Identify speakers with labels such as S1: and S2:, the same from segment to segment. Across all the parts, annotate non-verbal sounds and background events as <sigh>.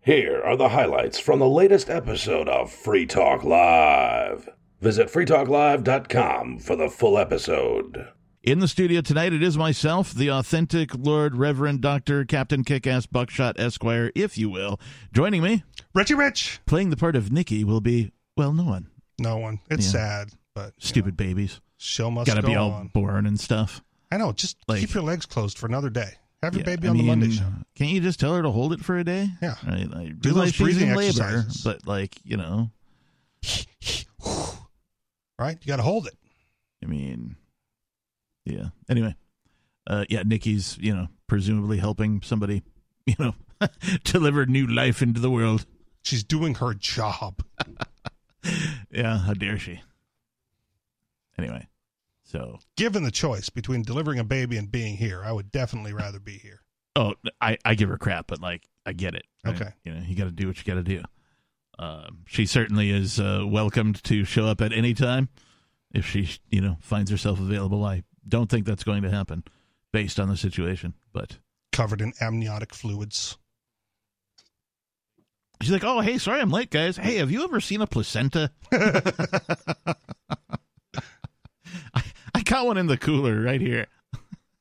S1: Here are the highlights from the latest episode of Free Talk Live. Visit freetalklive.com for the full episode.
S2: In the studio tonight, it is myself, the authentic Lord Reverend Dr. Captain Kickass Buckshot Esquire, if you will. Joining me,
S3: Richie Rich.
S2: playing the part of Nikki, will be, well, no one.
S3: No one. It's
S2: Yeah.
S3: sad, but you
S2: Stupid
S3: know,
S2: babies.
S3: show must
S2: Gotta
S3: go
S2: be all
S3: on.
S2: born and stuff.
S3: I know. Just
S2: like-
S3: keep your legs closed for another day. Have your
S2: Yeah,
S3: baby
S2: I
S3: on the Monday
S2: mean,
S3: show.
S2: Can't you just tell her to hold it for a day?
S3: Yeah.
S2: Right? I
S3: those
S2: realize she's
S3: breathing
S2: in labor,
S3: exercises.
S2: but like, you know,
S3: Right? You got to hold it.
S2: I mean, yeah. Anyway, uh, yeah, Nikki's, you know, presumably helping somebody, <laughs> you know, deliver new life into the world.
S3: She's doing her job.
S2: Yeah, how dare she? Anyway, so
S3: Given the choice between delivering a baby and being here, I would definitely rather be here.
S2: oh, I I give her crap, but like I get it.
S3: Okay.
S2: you know you got to do what you got to do. Um, she certainly is uh, welcomed to show up at any time if she you know finds herself available. I don't think that's going to happen based on the situation, but
S3: Covered in amniotic fluids.
S2: she's like, oh hey, sorry I'm late, guys. Hey, have you ever seen a placenta? <laughs> I, I got one in the cooler right here.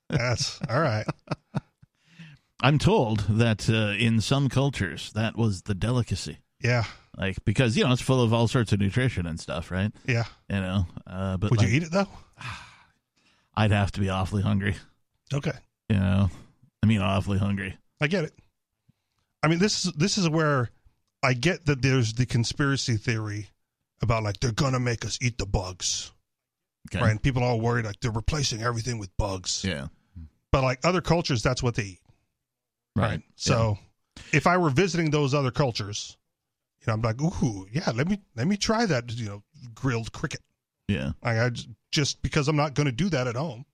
S3: That's all right.
S2: I'm told that uh, in some cultures that was the delicacy.
S3: Yeah.
S2: like because you know it's full of all sorts of nutrition and stuff, right?
S3: Yeah.
S2: You know, uh, but
S3: Would
S2: like,
S3: you eat it though?
S2: I'd have to be awfully hungry.
S3: Okay.
S2: You know, I mean, awfully hungry.
S3: I get it. I mean, this is this is where I get that there's the conspiracy theory about like they're gonna make us eat the bugs,
S2: Okay.
S3: right? And people are all worried like they're replacing everything with bugs.
S2: Yeah.
S3: But like other cultures, that's what they eat.
S2: Right.
S3: So if I were visiting those other cultures, you know, I'm like, ooh, yeah, let me let me try that, you know, grilled cricket.
S2: Yeah.
S3: Like I j- just because I'm not gonna do that at home.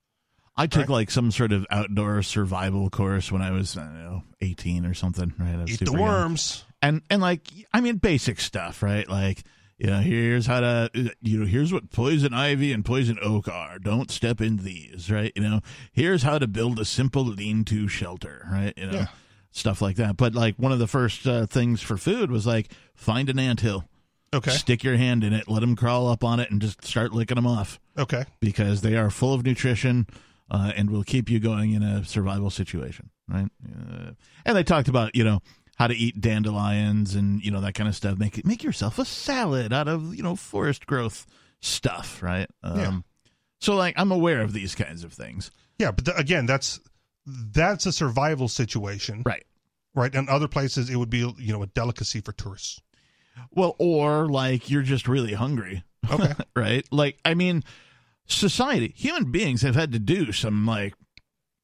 S2: I took
S3: Right.
S2: like some sort of outdoor survival course when I was I don't know eighteen or something. Right. I was
S3: Eat
S2: super
S3: the
S2: young.
S3: worms.
S2: and and like I mean basic stuff, right? Like you know, here's how to you know, here's what poison ivy and poison oak are. Don't step in these, right? You know, here's how to build a simple lean-to shelter, right? You know,
S3: Yeah.
S2: stuff like that. But like one of the first uh, things for food was like find an anthill,
S3: Okay.
S2: stick your hand in it, let them crawl up on it, and just start licking them off
S3: Okay.
S2: because they are full of nutrition uh, and will keep you going in a survival situation, right? Uh, and they talked about you know how to eat dandelions and you know that kind of stuff. Make make yourself a salad out of you know forest growth stuff, right? Um,
S3: Yeah.
S2: So like I'm aware of these kinds of things,
S3: Yeah, but th- again, that's that's a survival situation.
S2: right?
S3: right? And other places, it would be you know a delicacy for tourists.
S2: Well, or like you're just really hungry, <laughs>
S3: Okay,
S2: right? Like I mean, society, human beings have had to do some like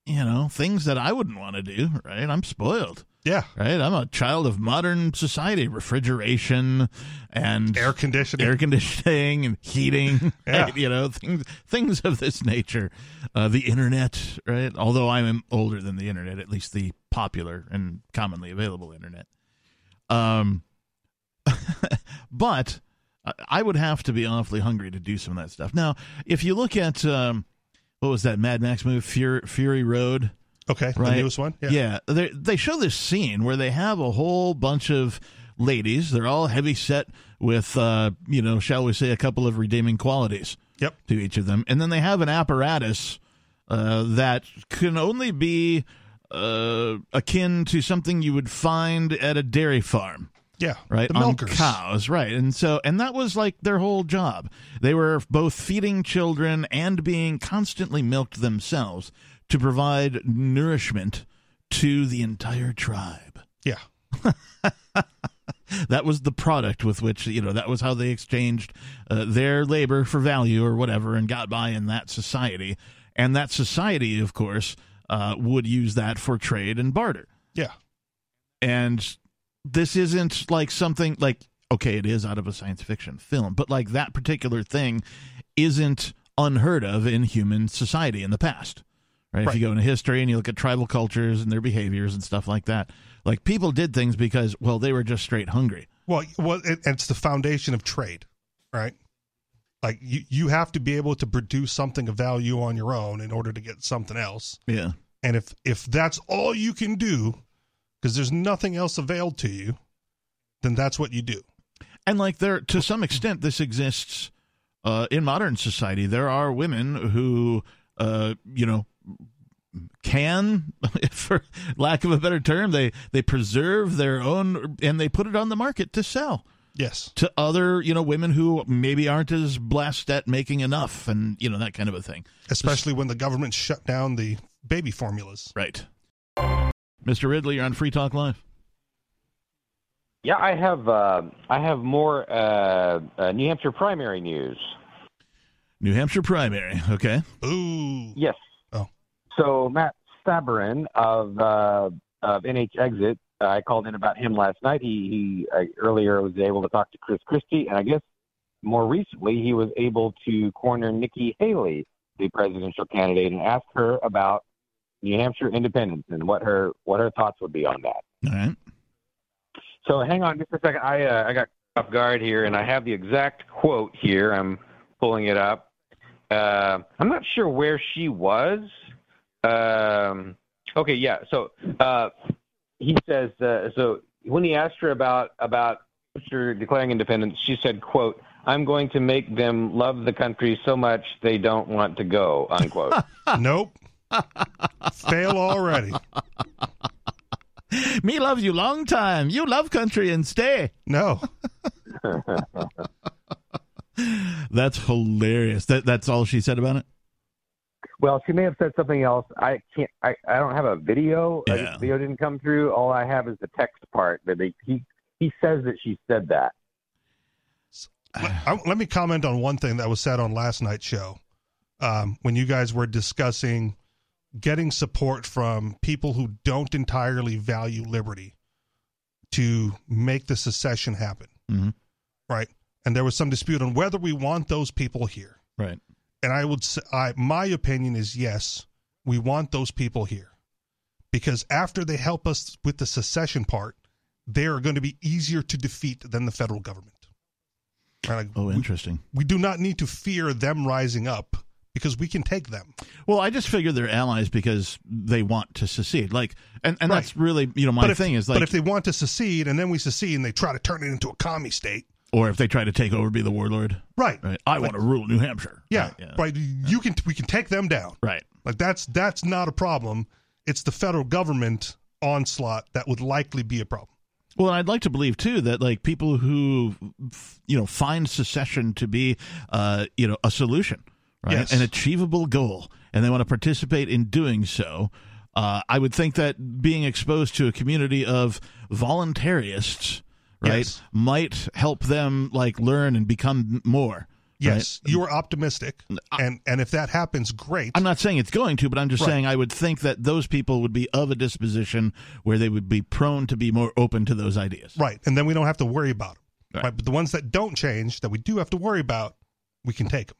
S2: you know things that I wouldn't want to do, right? I'm spoiled.
S3: yeah,
S2: right? I'm a child of modern society, refrigeration and
S3: air conditioning.
S2: air conditioning and heating,
S3: <laughs> Yeah.
S2: right? you know, things things of this nature. Uh, the internet, right? Although I'm older than the internet, at least the popular and commonly available internet. Um, <laughs> but I- I would have to be awfully hungry to do some of that stuff. Now, if you look at um, what was that Mad Max movie, Fury, Fury Road?
S3: okay,
S2: Right.
S3: the newest one. Yeah,
S2: Yeah, they they show this scene where they have a whole bunch of ladies. They're all heavy set with, uh, you know, shall we say, a couple of redeeming qualities
S3: yep.
S2: to each of them, and then they have an apparatus uh, that can only be uh, akin to something you would find at a dairy farm
S3: Yeah,
S2: right
S3: The
S2: on
S3: milkers.
S2: cows right and so and that was like their whole job they were both feeding children and being constantly milked themselves to provide nourishment to the entire tribe
S3: Yeah,
S2: that was the product with which you know that was how they exchanged uh, their labor for value or whatever and got by in that society and that society of course uh, would use that for trade and barter
S3: yeah,
S2: and this isn't like something like okay it is out of a science fiction film but like that particular thing isn't unheard of in human society in the past right, if you go into history and you look at tribal cultures and their behaviors and stuff like that like people did things because well they were just straight hungry
S3: Well, well, it, it's the foundation of trade, right? Like you, you have to be able to produce something of value on your own in order to get something else.
S2: yeah
S3: And if if that's all you can do, because there's nothing else available to you, then that's what you do.
S2: And like there, to some extent, this exists uh, in modern society. There are women who, uh, you know, can, <laughs> for lack of a better term, they they preserve their own and they put it on the market to sell
S3: Yes.
S2: to other you know women who maybe aren't as blessed at making enough and you know that kind of a thing.
S3: Especially when the government shut down the baby formulas.
S2: Right. Mr. Ridley, you're on Free Talk Live.
S4: Yeah, I have uh, I have more uh, uh, New Hampshire primary news.
S2: New Hampshire primary. Okay.
S3: Ooh.
S4: Yes.
S3: Oh.
S4: So Matt Sabarin of uh, of NH Exit, uh, I called in about him last night. He he I, earlier was able to talk to Chris Christie, and I guess more recently he was able to corner Nikki Haley, the presidential candidate, and ask her about New Hampshire independence and what her what her thoughts would be on that.
S2: All right.
S4: So hang on just a second. I uh, I got off guard here, and I have the exact quote here. I'm pulling it up. Uh, I'm not sure where she was. Um, okay, yeah. So uh, he says. Uh, so when he asked her about about her declaring independence, she said, "quote I'm going to make them love the country so much they don't want to go." Unquote.
S3: Nope. Fail already.
S2: Me loves you long time. You love country and stay.
S3: No.
S2: That's hilarious. That that's all she said about it.
S4: Well, she may have said something else. I can't. I, I don't have a video. Uh,
S2: Yeah.
S4: The video didn't come through. All I have is the text part. But they, he he says that she said that.
S3: let, I- let me comment on one thing that was said on last night's show um, when you guys were discussing getting support from people who don't entirely value liberty to make the secession happen.
S2: Mhm.
S3: Right. And there was some dispute on whether we want those people here.
S2: <sighs> Right.
S3: And I would say, I, my opinion is yes, we want those people here because after they help us with the secession part, they are going to be easier to defeat than the federal government. Right, like,
S2: Oh,
S3: we-
S2: interesting.
S3: we do not need to fear them rising up because we can take them.
S2: Well, I just figure they're allies because they want to secede. Like, and, and
S3: Right.
S2: that's really you know my
S3: but if,
S2: thing is
S3: but
S2: like,
S3: if they want to secede and then we secede and they try to turn it into a commie state,
S2: or if they try to take over, be the warlord.
S3: right?
S2: Right. I want to rule New Hampshire.
S3: Yeah,
S2: Right. Yeah.
S3: right. You can we can take them down.
S2: Right.
S3: Like that's that's not a problem. It's the federal government onslaught that would likely be a problem.
S2: Well, and I'd like to believe too that like people who f- you know find secession to be uh you know a solution, right?
S3: Yes.
S2: An achievable goal and they want to participate in doing so. Uh, I would think that being exposed to a community of voluntarists, right,
S3: Yes.
S2: might help them like learn and become more.
S3: Yes, you are optimistic, and and if that happens, great.
S2: I'm not saying it's going to, but I'm just
S3: Right.
S2: saying I would think that those people would be of a disposition where they would be prone to be more open to those ideas.
S3: right, and then we don't have to worry about them.
S2: Right.
S3: Right. but the ones that don't change, that we do have to worry about, we can take them.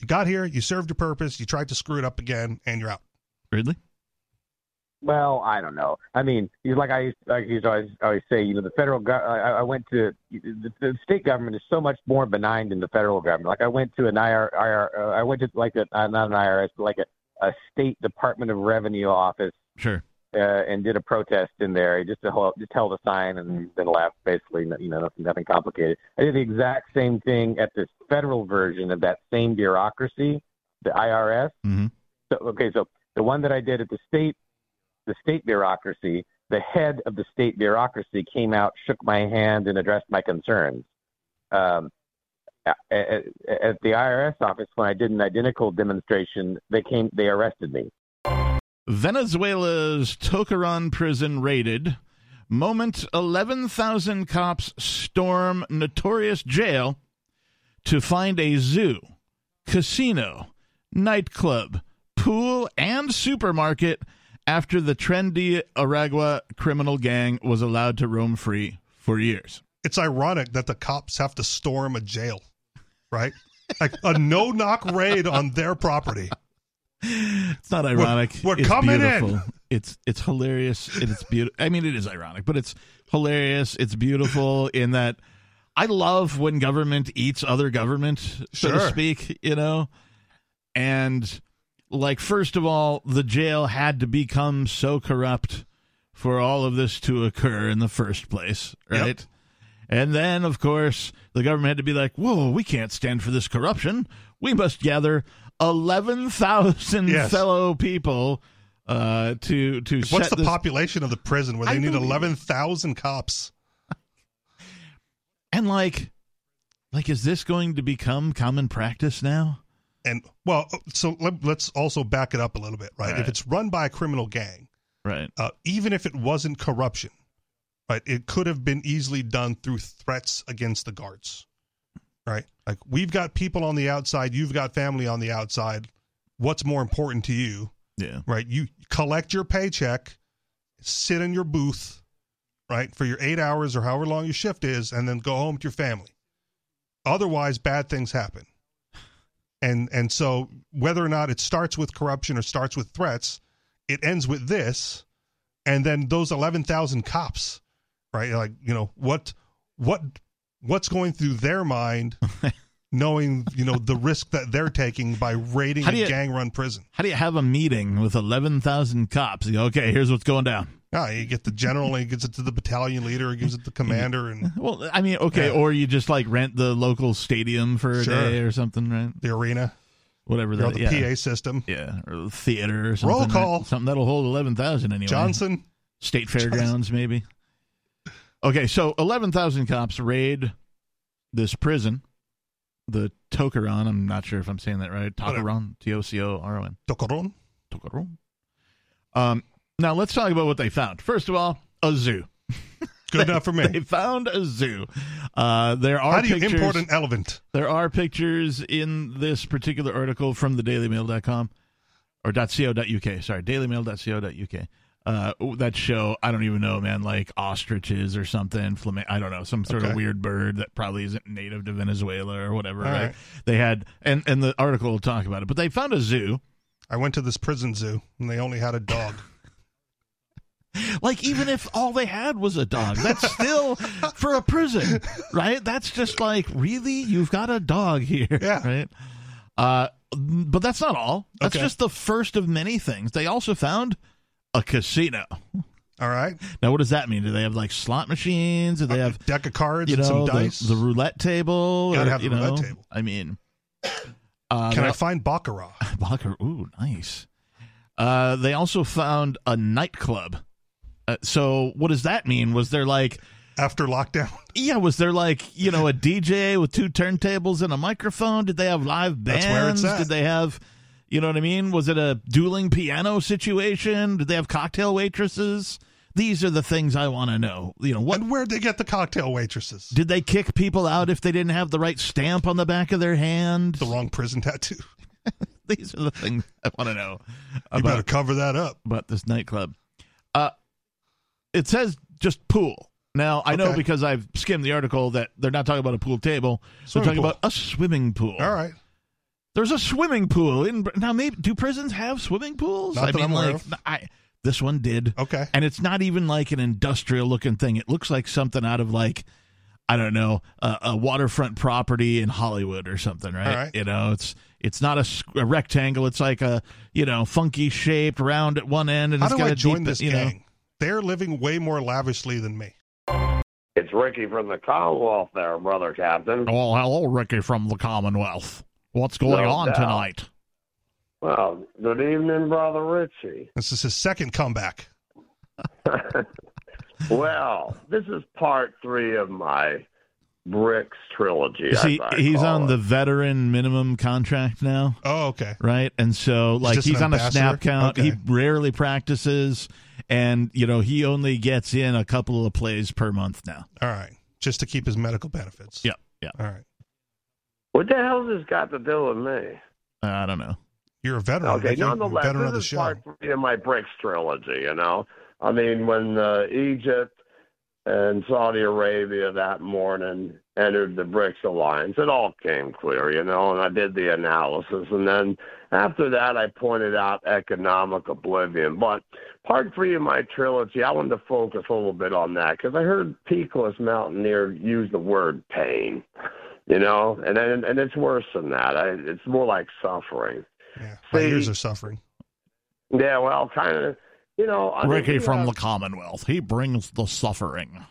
S3: You got here, you served your purpose, you tried to screw it up again, and you're out.
S2: Ridley?
S4: Well, I don't know. I mean, he's like I used, like he's always always say. You know, the federal. Go- I, I went to the, the state government is so much more benign than the federal government. Like I went to an IR, IR uh, I went to like a uh, not an IRS, but like a, a state Department of Revenue office
S2: Sure.
S4: uh, and did a protest in there. Just to hold, just held a sign and then left. Basically, no- you know, nothing, nothing complicated. I did the exact same thing at this federal version of that same bureaucracy, the IRS.
S2: Mhm.
S4: So okay, so the one that I did at the state, the state bureaucracy, the head of the state bureaucracy came out, shook my hand, and addressed my concerns. Um, at, at, at the IRS office, when I did an identical demonstration, they came, they arrested me.
S2: Venezuela's Tocaron prison raided. Moment 11,000 cops storm notorious jail to find a zoo, casino, nightclub, pool, and supermarket after the trendy Aragua criminal gang was allowed to roam free for years.
S3: It's ironic that the cops have to storm a jail, right?
S2: <laughs>
S3: Like a no knock raid on their property.
S2: It's not ironic.
S3: we're
S2: it's
S3: coming in.
S2: beautiful. It's it's hilarious. and It's beautiful. I mean, it is ironic, but it's hilarious. It's beautiful in that I love when government eats other government, so to
S3: Sure.
S2: speak. You know, and like first of all, the jail had to become so corrupt for all of this to occur in the first place, right? And then, of course, the government had to be like, whoa, we can't stand for this corruption. We must gather 11,000
S3: Yes.
S2: fellow people uh, to, to
S3: What's
S2: set
S3: the
S2: this
S3: population of the prison where they
S2: I
S3: need
S2: believe-
S3: eleven thousand cops?
S2: And like, like, is this going to become common practice now?
S3: And well, uh, so let, let's also back it up a little bit, right? If
S2: Right.
S3: it's run by a criminal gang,
S2: Right.
S3: uh, even if it wasn't corruption, right, it could have been easily done through threats against the guards, right? Like we've got people on the outside, you've got family on the outside. What's more important to you,
S2: Yeah.
S3: right? You collect your paycheck, sit in your booth, right, for your eight hours or however long your shift is, and then go home to your family. Otherwise, bad things happen. And and so whether or not it starts with corruption or starts with threats, it ends with this, and then those eleven thousand cops, right? Like you know what what what's going through
S2: <laughs>
S3: their mind. knowing you know the risk that they're taking by raiding
S2: How
S3: a
S2: do you-
S3: gang run prison
S2: How do you have a meeting with 11,000 cops? You go, okay, here's what's going down.
S3: Yeah, you get the general, and he gives it to the battalion leader, he
S2: <laughs>
S3: gives it to the commander, and
S2: Well, I mean, okay,
S3: Yeah.
S2: or you just like rent the local stadium for a
S3: Sure.
S2: day or something, right?
S3: the arena,
S2: Whatever
S3: or
S2: that,
S3: the
S2: yeah.
S3: PA system.
S2: Yeah, or the theater or something.
S3: Roll call.
S2: That, something that'll hold 11,000 anyway.
S3: Johnson,
S2: State fairgrounds, maybe. Okay, so 11,000 cops raid this prison, the Tokeron. I'm not sure if I'm saying that right.
S3: Whatever.
S2: Tokeron, T O C O R O N.
S3: Tocoron.
S2: Tokeron. Um, now, let's talk about what they found. First of all, a zoo.
S3: Good enough for
S2: They
S3: me.
S2: found a zoo. Uh, there are
S3: How do you
S2: pictures.
S3: import an elephant?
S2: There are pictures in this particular article from the dailymail.com or .co.uk, sorry, dailymail.co.uk. Uh, that show, I don't even know, man, like ostriches or something, flam- I don't know, some sort
S3: Okay.
S2: of weird bird that probably isn't native to Venezuela or whatever,
S3: All
S2: right?
S3: right.
S2: They had and and the article will talk about it, but they found a zoo.
S3: I went to this prison zoo, and they only had a dog.
S2: Like even if all they had was a dog, that's still for a prison, right? That's just like really you've got a dog here,
S3: Yeah.
S2: right? Uh, but that's not all. That's
S3: Okay.
S2: just the first of many things. They also found a casino.
S3: All right,
S2: Now, what does that mean? Do they have like slot machines? Do they have
S3: deck of cards
S2: you
S3: and some
S2: know the,
S3: dice.
S2: the roulette table?
S3: Gotta
S2: Or,
S3: have the
S2: you
S3: roulette
S2: know,
S3: table.
S2: I mean, uh,
S3: Can
S2: they-
S3: I find baccarat?
S2: Baccarat. Ooh, nice. Uh, they also found a nightclub. Uh, so what does that mean? Was there like
S3: After lockdown,
S2: yeah, was there like you know a DJ with two turntables and a microphone? Did they have live bands?
S3: That's where it's at.
S2: Did they have you know what I mean? Was it a dueling piano situation? Did they have cocktail waitresses? These are the things I want to know. You know <laughs> what
S3: and where'd they get the cocktail waitresses?
S2: did they kick people out if they didn't have the right stamp on the back of their hand?
S3: the wrong prison tattoo.
S2: <laughs> These are the things I want to know
S3: You
S2: about
S3: better cover that up.
S2: about this nightclub. Uh, it says just pool. Now I know
S3: Okay.
S2: because I've skimmed the article that they're not talking about a pool table.
S3: Swimming
S2: they're talking
S3: pool.
S2: about a swimming pool.
S3: All right,
S2: There's a swimming pool in now. Maybe do prisons have swimming pools?
S3: Not
S2: I
S3: that
S2: mean,
S3: I'm aware
S2: like I this one did,
S3: okay.
S2: and it's not even like an industrial looking thing. It looks like something out of like I don't know a, a waterfront property in Hollywood or something, right?
S3: All right.
S2: You know, it's it's not a, s- a rectangle. It's like a you know funky shaped round at one end, and
S3: How
S2: it's
S3: do
S2: got
S3: I
S2: a
S3: join
S2: deep,
S3: this
S2: you know,
S3: gang? They're living way more lavishly than me.
S5: It's Ricky from the Commonwealth there, brother captain.
S2: Well, hello, Ricky from the Commonwealth. What's going
S5: No
S2: on
S5: doubt.
S2: tonight?
S5: Well, good evening, brother Richie. <laughs>
S3: This is his second comeback.
S5: Well, this is part three of my bricks trilogy.
S2: You see,
S5: as I
S2: he's
S5: call
S2: on
S5: it.
S2: the veteran minimum contract now,
S3: Oh, okay.
S2: right? And so, like,
S3: just
S2: he's
S3: an
S2: on a
S3: ambassador?
S2: snap count. He
S3: Okay.
S2: rarely practices, and you know, he only gets in a couple of plays per month now.
S3: All right. Just to keep his medical benefits.
S2: Yeah, yeah.
S3: All right.
S5: What the hell's this got to do with me?
S2: Uh, I don't know.
S3: You're a veteran.
S5: Okay,
S3: Ricky. You're a
S5: nonetheless,
S3: veteran of the
S5: this is
S3: show.
S5: part three of my bricks trilogy. You know, I mean, when uh, Egypt and Saudi Arabia that morning entered the BRICS alliance, it all came clear. You know, and I did the analysis, and then after that, I pointed out economic oblivion. But part three of my trilogy, I wanted to focus a little bit on that because I heard Peakless Mountaineer use the word pain. You know, and and, and it's worse than that. I, it's more like suffering.
S3: Yeah. My
S5: See-
S3: ears are suffering.
S5: Yeah, well, kind of. You know, I mean,
S2: Ricky
S5: we
S2: from
S5: have-
S2: the Commonwealth. He brings the suffering.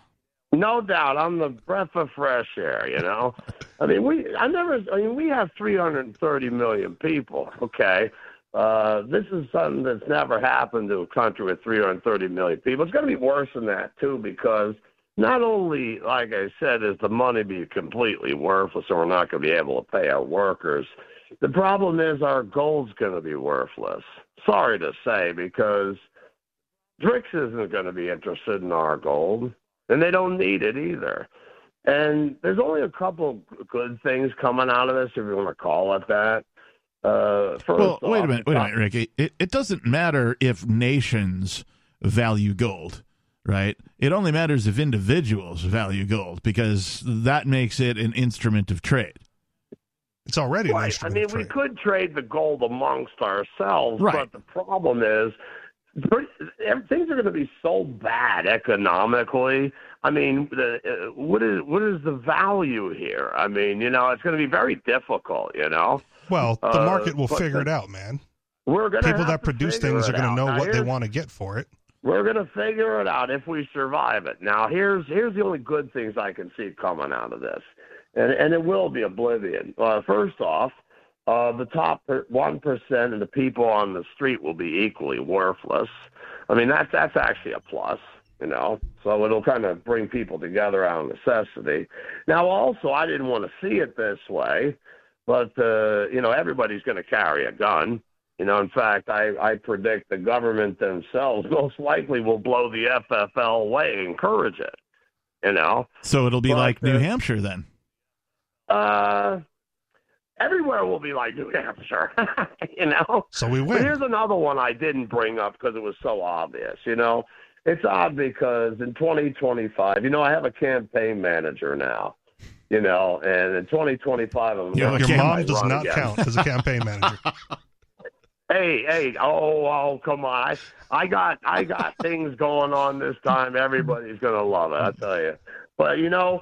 S5: No doubt, I'm the breath of fresh air. You know, I mean, we I never. I mean, we have 330 million people. Okay, uh, this is something that's never happened to a country with 330 million people. It's going to be worse than that too, because not only, like I said, is the money be completely worthless, and we're not going to be able to pay our workers. The problem is our gold's going to be worthless. Sorry to say, because BRICS isn't going to be interested in our gold and they don't need it either. And there's only a couple good things coming out of this, if you want to call it that. Uh, first
S2: Well, wait
S5: off-
S2: a minute, wait a minute, Ricky. It, it doesn't matter if nations value gold, right? It only matters if individuals value gold because that makes it an instrument of trade.
S3: It's already an
S5: Right. I
S3: instrument
S5: mean,
S3: of
S5: we
S3: trade.
S5: could trade the gold amongst ourselves,
S2: Right.
S5: but the problem is pretty- ev- things are going to be so bad economically. I mean, the, uh, what is what is the value here? I mean, you know, it's going to be very difficult. You know,
S3: Well, the
S5: uh,
S3: market will
S5: but-
S3: figure it out, man.
S5: we're going to
S3: People that produce things are going to know what they
S5: want.
S3: want to get for it.
S5: We're gonna figure it out if we survive it. Now here's here's the only good things I can see coming out of this, and and it will be oblivion. Uh, first off, uh, the top one percent and the people on the street will be equally worthless. I mean that's that's actually a plus, you know. So it'll kind of bring people together out of necessity. Now also, I didn't want to see it this way, but uh, you know everybody's gonna carry a gun. You know, in fact, I, I predict the government themselves <laughs> most likely will blow the FFL away, encourage it. You know,
S2: So it'll be
S5: Well,
S2: like New
S5: uh,
S2: Hampshire then.
S5: uh, everywhere will be like New Hampshire. <laughs> you know,
S3: So we
S5: But
S3: win.
S5: here's another one I didn't bring up because it was so obvious. You know, it's odd because in 2025, you know, I have a campaign manager now. You know, and in 2025, I'm
S2: Yeah,
S5: gonna
S2: your
S3: Your
S5: run
S3: mom
S5: again.
S3: does not count as
S5: <laughs>
S3: a campaign manager.
S5: Hey, hey, oh, oh, come on. I, I got
S2: <laughs>
S5: I got things going on this time. Everybody's gonna love it, I tell you. But you know,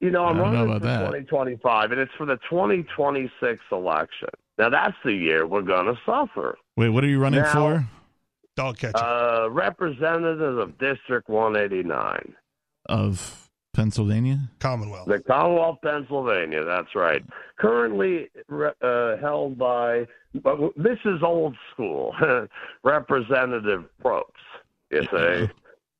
S5: you know, I'm
S2: I don't know
S5: running for
S2: about that.
S5: 2025 and it's for the 2026 election. Now that's the year we're gonna suffer.
S2: Wait, what are you running
S5: Now-
S2: for?
S3: Dog catcher.
S5: Uh representative of District 189,
S2: Of Pennsylvania?
S3: Commonwealth.
S5: the Commonwealth Pennsylvania, that's right. Currently re- uh, held by but w- this is old school. <laughs> Representative Probst, you see.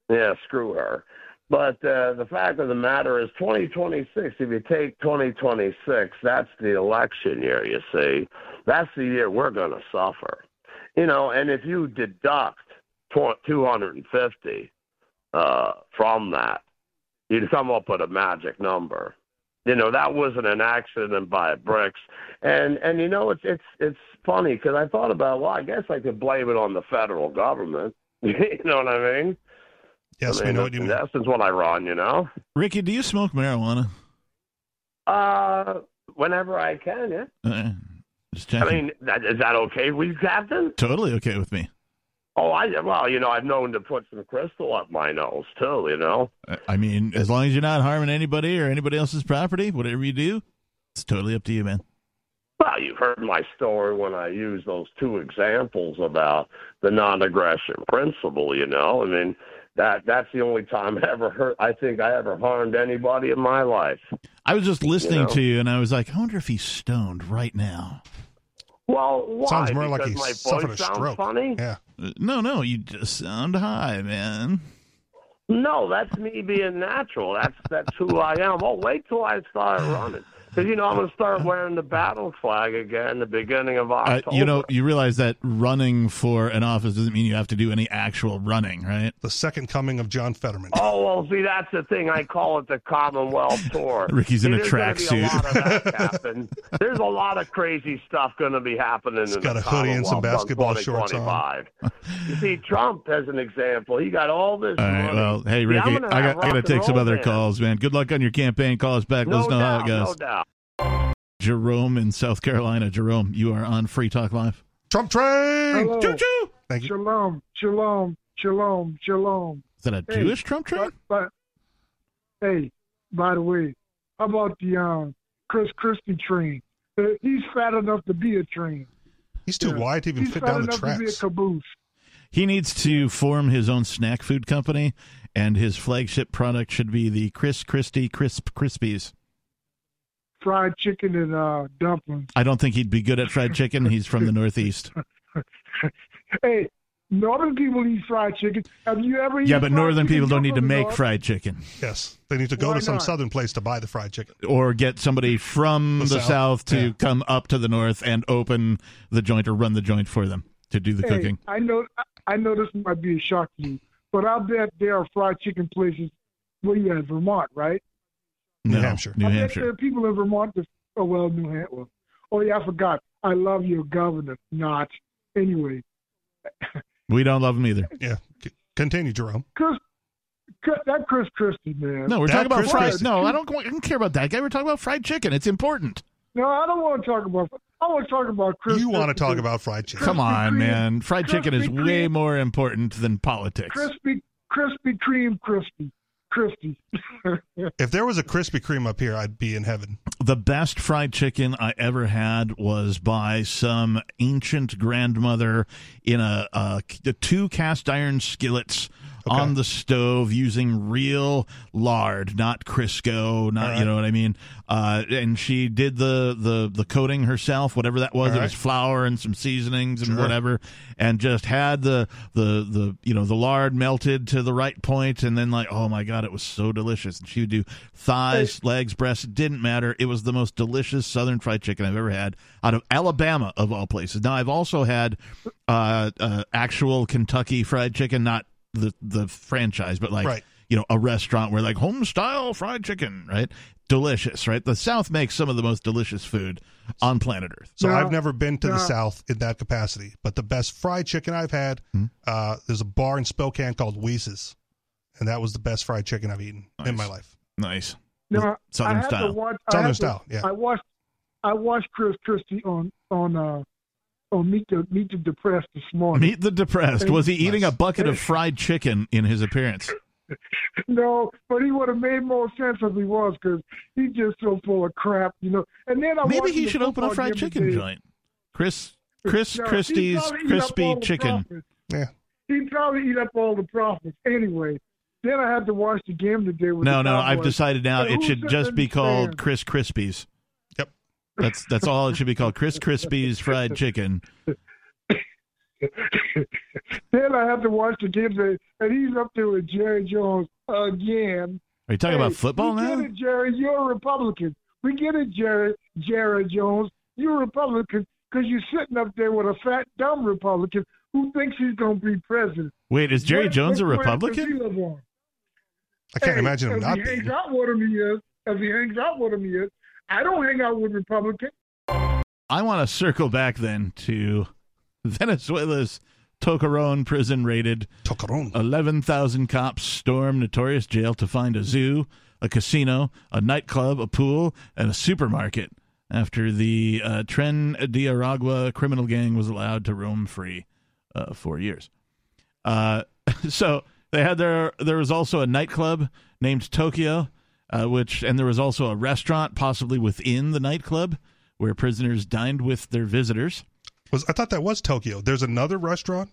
S5: Yeah, screw her. But uh, the fact of the matter is, 2026, if you take 2026, that's the election year, you see. That's the year we're going to suffer. You know, and if you deduct tw- 250 uh, from that, you'd come up with a magic number. You know, that wasn't an accident by bricks. And and you know it's it's it's funny because I thought about well I guess I could blame it on the federal government. <laughs> you know what I mean?
S3: Yes,
S5: I
S3: we
S5: mean,
S3: know what you
S5: in
S3: mean.
S5: essence, what I run, you know.
S2: Ricky, do you smoke marijuana?
S5: Uh, whenever I can, yeah.
S2: Uh, just
S5: I
S2: checking.
S5: mean, that, is that okay with you, Captain?
S2: totally okay with me.
S5: Oh, I well, you know, I've known to put some crystal up my nose too, you know.
S2: I- I mean, as long as you're not harming anybody or anybody else's property, whatever you do, it's totally up to you, man.
S5: Well, you heard my story when I used those two examples about the non-aggression principle. You know, I mean, that that's the only time <laughs> I ever hurt. I think I ever harmed anybody in my life.
S2: I was just listening
S5: know?
S2: to you and I was like, I wonder if he's stoned right now.
S5: Well, why?
S3: Sounds more like
S5: because
S3: he
S5: my
S3: suffered
S5: voice
S3: a
S5: sounds
S3: stroke.
S5: funny.
S3: Yeah.
S2: Uh, No, no, you just sound high, man.
S5: No, that's me being natural. That's that's who I am. Oh, wait till I start running, because you know I'm gonna start wearing the battle flag again the beginning of
S2: Uh,
S5: October.
S2: you know, you realize that running for an office doesn't mean you have to do any actual running, right?
S3: The second coming of John Fetterman.
S5: Oh well, see that's the thing. I call it the Commonwealth Tour.
S2: <laughs> Ricky's
S5: See,
S2: in a
S5: there's gonna be
S2: tracksuit.
S5: lot
S2: <laughs>
S5: of that happen. There's a lot of crazy stuff going to be happening.
S3: He's
S5: in
S3: got
S5: the
S3: a hoodie and some
S5: Commonwealth
S3: basketball
S5: on
S3: shorts on.
S5: 2025. You see, Trump as an example, he got all this.
S2: All right.
S5: money.
S2: Well, hey,
S5: Yeah,
S2: Ricky,
S5: I'm
S2: I
S5: gonna have
S2: got I
S5: rock
S2: got to
S5: and
S2: take some
S5: roll
S2: other
S5: bands.
S2: calls, man. Good luck on your campaign. Call us back. Let
S5: No
S2: us know
S5: doubt,
S2: how it goes.
S5: no doubt.
S2: Jerome in South Carolina. Jerome, you are on Free Talk Live.
S3: Trump train.
S6: Hello.
S3: Choo choo. Thank you.
S6: Shalom, shalom, shalom, shalom.
S2: Is that a
S6: Hey,
S2: Jewish Trump train?
S6: But, but hey, by the way, how about the um, Chris Christie train? Uh, He's fat enough to be a train.
S3: He's too
S6: Yeah.
S3: wide to even
S6: He's
S3: fit
S6: fat
S3: down the
S6: enough to be a
S3: tracks.
S6: caboose.
S2: He needs to form his own snack food company, and his flagship product should be the Chris Christie Crisp Crispies.
S7: Fried chicken and uh, dumplings.
S2: I don't think he'd be good at fried chicken. He's from the
S7: <laughs>
S2: Northeast.
S7: Hey, northern people eat fried chicken. Have you ever?
S2: Yeah,
S7: eaten
S2: but
S7: fried
S2: northern
S7: chicken
S2: people don't need to
S7: dumplings in
S2: make
S7: North?
S2: fried chicken
S3: Yes, they need to go
S7: Why
S3: to some
S7: not?
S3: southern place to buy the fried chicken.
S2: or get somebody from the,
S3: The
S2: south,
S3: South,
S2: to
S3: yeah.
S2: come up to the north and open the joint or run the joint for them to do the
S7: Hey,
S2: cooking.
S7: I know. I- I know this might be a shock to you, but I bet there are fried chicken places where you at Vermont, right?
S3: New
S2: No,
S3: Hampshire.
S2: New
S7: I bet there
S2: Hampshire.
S7: are people in Vermont that, oh, well, New Hampshire. Oh, yeah, I forgot. I love your governor. Not. Anyway,
S2: We don't love them either.
S3: Yeah, C- continue, Jerome.
S7: Chris, Chris- that Chris Christie, man.
S2: No, we're
S3: That
S2: talking about
S3: Chris
S2: fried.
S3: Christie.
S2: No, I don't, I don't care about that guy. We're talking about fried chicken. It's important.
S7: No, I don't want to talk about, I want to talk about Chris
S3: you want to
S7: Christie.
S3: talk about fried chicken?
S2: Come on,
S7: Kreme.
S2: man. Fried chicken is
S7: Krispy Kreme.
S2: way more important than politics.
S7: Crispy, Krispy Kreme Crispy. Christie.
S3: If there was a Krispy Kreme up here, I'd be in heaven.
S2: The best fried chicken I ever had was by some ancient grandmother in a, a the two cast iron skillets
S3: Okay.
S2: on the stove using real lard, not Crisco, not
S3: All right.
S2: you know what I mean. Uh, and she did the the the coating herself, whatever that was.
S3: All
S2: It was
S3: right.
S2: flour and some seasonings and
S3: Sure.
S2: whatever, and just had the the the you know the lard melted to the right point, and then like oh my god, it was so delicious. And she would do thighs, legs, breasts. It didn't matter. It was the most delicious Southern fried chicken I've ever had out of Alabama of all places. Now I've also had uh, uh actual Kentucky fried chicken, not the the franchise, but like
S3: Right.
S2: you know a restaurant where like home style fried chicken, right? Delicious, right? The South makes some of the most delicious food on planet Earth.
S3: So
S7: No.
S3: I've never been to the
S7: No.
S3: South in that capacity, but the best fried chicken I've had,
S2: Hmm.
S3: uh, there's a bar in Spokane called Weese's, and that was the best fried chicken I've eaten in
S2: Nice.
S3: my life.
S2: Nice
S7: <laughs> Now, I
S2: Southern
S7: have
S2: style.
S7: to watch. I
S3: Southern
S7: have to-
S3: style, yeah.
S7: I watched. I watched Chris Christie on on uh on Meet the Meet the Depressed this morning.
S2: Meet the depressed. Was he eating a
S3: Nice.
S2: bucket of fried chicken in his appearance?
S7: <laughs> No, but he would have made more sense if he was because he's just so full of crap, you know. And then I
S2: Maybe
S7: watched
S2: he
S7: the
S2: should open a
S7: football
S2: fried
S7: game
S2: chicken
S7: today.
S2: joint. Chris Chris
S7: No, he
S2: Christie's
S7: probably eat up all
S2: crispy
S7: the
S2: chicken.
S7: profits.
S3: Yeah.
S7: He probably eat up all the profits anyway. Then I had to watch the game today. With
S2: No,
S7: the
S2: no, I've
S7: Cowboys.
S2: decided now
S7: But
S2: it
S7: who
S2: should
S7: said
S2: just
S7: that
S2: be
S7: it's
S2: called
S7: banned?
S2: Chris Crispies.
S3: Yep.
S2: That's that's all it should be called. Chris Crispies
S7: <laughs>
S2: fried chicken.
S7: <laughs> Then I have to watch the game today, and he's up there with Jerry Jones again.
S2: Are you talking
S7: Hey,
S2: about football
S7: we
S2: now?
S7: Get it, Jerry. You're a Republican. We get it, Jerry. Jerry Jones. You're a Republican because you're sitting up there with a fat, dumb Republican who thinks he's going to be president.
S2: Wait, is Jerry
S7: What-
S2: Jones a
S7: what planet does
S2: Republican?
S7: he live on?
S3: I can't
S7: Hey,
S3: imagine him
S7: if
S3: not
S7: he
S3: being.
S7: hangs out with him, he is. If he hangs out with him, he is. I don't hang out with Republicans.
S2: I want to circle back then to <laughs> Venezuela's Tocaron prison raided. Uh.
S3: Tocaron.
S2: 11,000 cops storm notorious jail to find a zoo, a casino, a nightclub, a pool, and a supermarket after the uh, Tren de Aragua criminal gang was allowed to roam free uh, for years. Uh, <laughs> so they had their, there was also a nightclub named Tokyo, uh, which, and there was also a restaurant possibly within the nightclub where prisoners dined with their visitors.
S3: Was I thought that was Tokyo. There's another restaurant.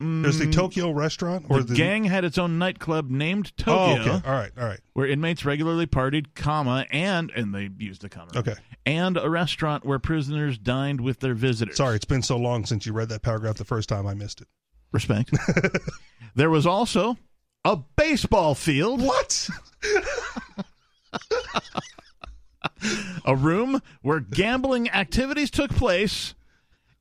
S3: There's the Tokyo restaurant or
S2: Mm. the, gang had its own nightclub named
S3: Oh,
S2: Tokyo.
S3: okay. All right. All right.
S2: where inmates regularly partied, comma, and and they used the comma.
S3: Okay.
S2: And a restaurant where prisoners dined with their visitors.
S3: Sorry, it's been so long since you read that paragraph the first time I missed it. <laughs>
S2: Respect. there was also a baseball field.
S3: What?
S2: a room where gambling activities took place,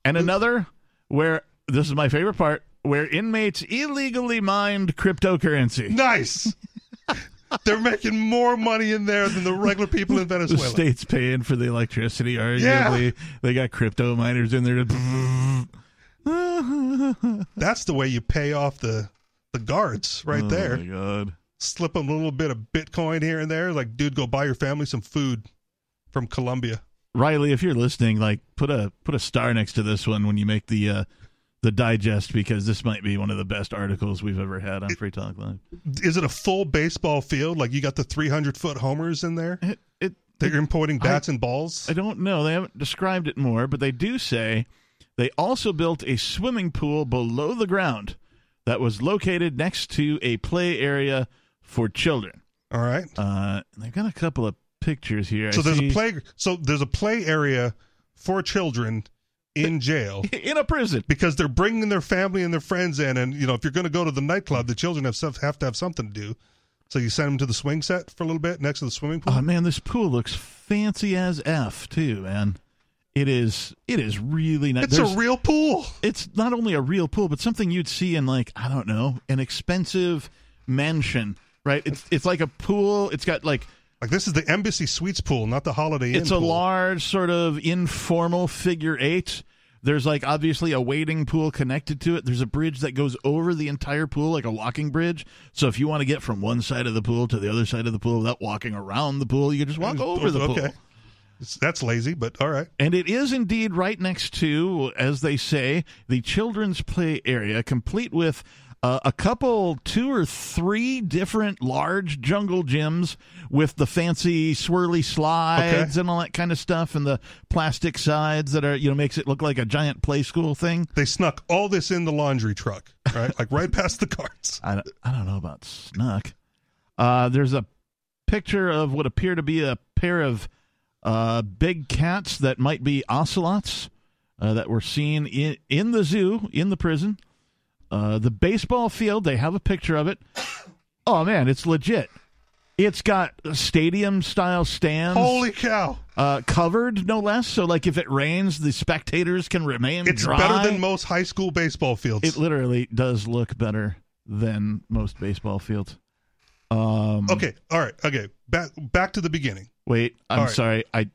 S2: and another where this is my favorite part, where inmates illegally mined cryptocurrency.
S3: Nice. They're making more money in there than the regular people
S2: <laughs>
S3: in
S2: The
S3: Venezuela.
S2: state's paying for the electricity,
S3: Yeah.
S2: arguably. They got crypto miners in there. Oh, To
S3: That's the way you pay off the the guards right
S2: oh
S3: there.
S2: my God.
S3: Slip them a little bit of Bitcoin here and there. Like, dude, go buy your family some food from Colombia.
S2: Riley, if you're listening, like put a put a star next to this one when you make the uh, the digest because this might be one of the best articles we've ever had on Free Talk Live.
S3: Is it a full baseball field? Like, you got the 300 foot homers in there?
S2: It, it
S3: They're importing bats and balls?
S2: I don't know. They haven't described it more, but they do say they also built a swimming pool below the ground that was located next to a play area for children.
S3: All right.
S2: Uh, they've got a couple of pictures here. I
S3: So there's
S2: see-
S3: a play. So there's a play area for children <laughs> in jail
S2: in a prison.
S3: because they're bringing their family and their friends in, and you know if you're going to go to the nightclub, the children have stuff, have to have something to do. So you send them to the swing set for a little bit next to the swimming pool.
S2: Oh man, this pool looks fancy as f too, man. It is. It is really nice.
S3: it's
S2: There's-
S3: a real pool.
S2: it's not only a real pool, but something you'd see in like I don't know an expensive mansion, right? It's it's like a pool. It's got like
S3: Like this is the Embassy Suites pool, not the Holiday Inn.
S2: it's a
S3: pool.
S2: large sort of informal figure eight. There's like obviously a wading pool connected to it. There's a bridge that goes over the entire pool, like a walking bridge. So if you want to get from one side of the pool to the other side of the pool without walking around the pool, you can just walk over the pool.
S3: Okay. It's- That's lazy, but all right.
S2: And it is indeed right next to, as they say, the children's play area, complete with uh, a couple, two or three different large jungle gyms with the fancy swirly slides
S3: Okay.
S2: and all that kind of stuff, and the plastic sides that are, you know, makes it look like a giant play school thing.
S3: They snuck all this in the laundry truck, right? like right <laughs> past
S2: <laughs>
S3: the carts.
S2: I don't, I don't know about snuck. Uh, there's a picture of what appear to be a pair of uh, big cats that might be ocelots uh, that were seen in, in the zoo, in the prison. Uh, the baseball field, they have a picture of it. Oh, man, it's legit. It's got stadium style stands
S3: Holy cow!
S2: uh, covered, no less. So, like, if it rains, the spectators can remain
S3: It's
S2: dry.
S3: better than most high school baseball fields.
S2: It literally does look better than most baseball fields. Um,
S3: okay, all right, okay. Back back to the beginning.
S2: Wait, I'm
S3: All right.
S2: sorry. I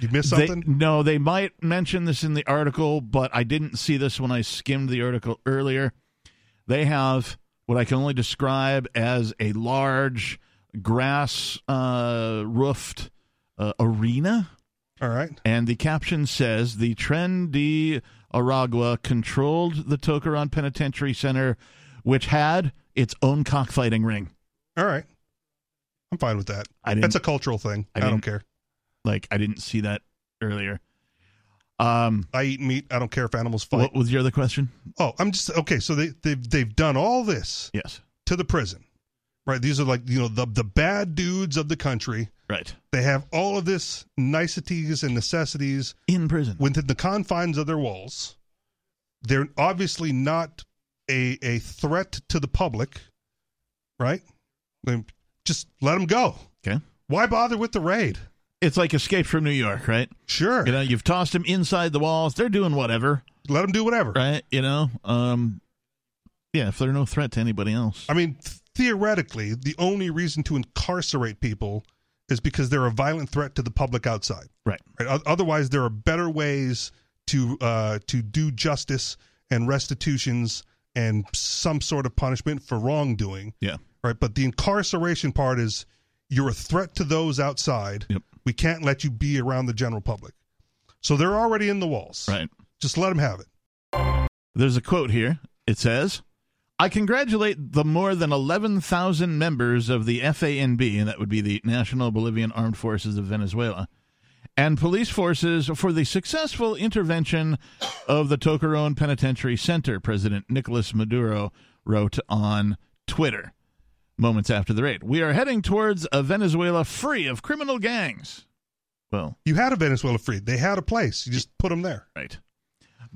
S3: You missed
S2: they,
S3: something?
S2: no, they might mention this in the article, but I didn't see this when I skimmed the article earlier. They have what I can only describe as a large grass uh, roofed uh, arena
S3: all right.
S2: And the caption says the trendy Aragua controlled the Tokaran Penitentiary Center, which had its own cockfighting ring.
S3: All right. I'm fine with that.
S2: I didn't
S3: That's a cultural thing.
S2: I
S3: I, don't
S2: didn't-
S3: care.
S2: like I didn't see that earlier. Um
S3: I eat meat. I don't care if animals fight.
S2: what was your other question?
S3: oh, I'm just okay. So they they've they've done all this
S2: Yes.
S3: to the prison, right? These are like you know the the bad dudes of the country.
S2: Right.
S3: They have all of this niceties and necessities
S2: In prison.
S3: within the confines of their walls. They're obviously not a a threat to the public, right? Then Just let them go.
S2: Okay.
S3: Why bother with the raid?
S2: It's like escape from New York, right?
S3: Sure,
S2: You know, you've tossed them inside the walls, they're doing whatever,
S3: let them do whatever.
S2: right? You know? Um yeah, if they're no threat to anybody else.
S3: I mean, theoretically, the only reason to incarcerate people is because they're a violent threat to the public outside.
S2: Right.
S3: right? O- Otherwise, there are better ways to uh, to do justice and restitutions and some sort of punishment for wrongdoing.
S2: Yeah.
S3: right? But the incarceration part is you're a threat to those outside.
S2: Yep.
S3: We can't let you be around the general public. So they're already in the walls.
S2: Right.
S3: Just let them have it.
S2: There's a quote here. It says, I congratulate the more than 11,000 members of the FANB, and that would be the National Bolivian Armed Forces of Venezuela, and police forces for the successful intervention of the Tocaron Penitentiary Center, President Nicolas Maduro wrote on Twitter moments after the raid. We are heading towards a Venezuela free of criminal gangs. Well,
S3: You had a Venezuela free. They had a place. You just put them there.
S2: Right.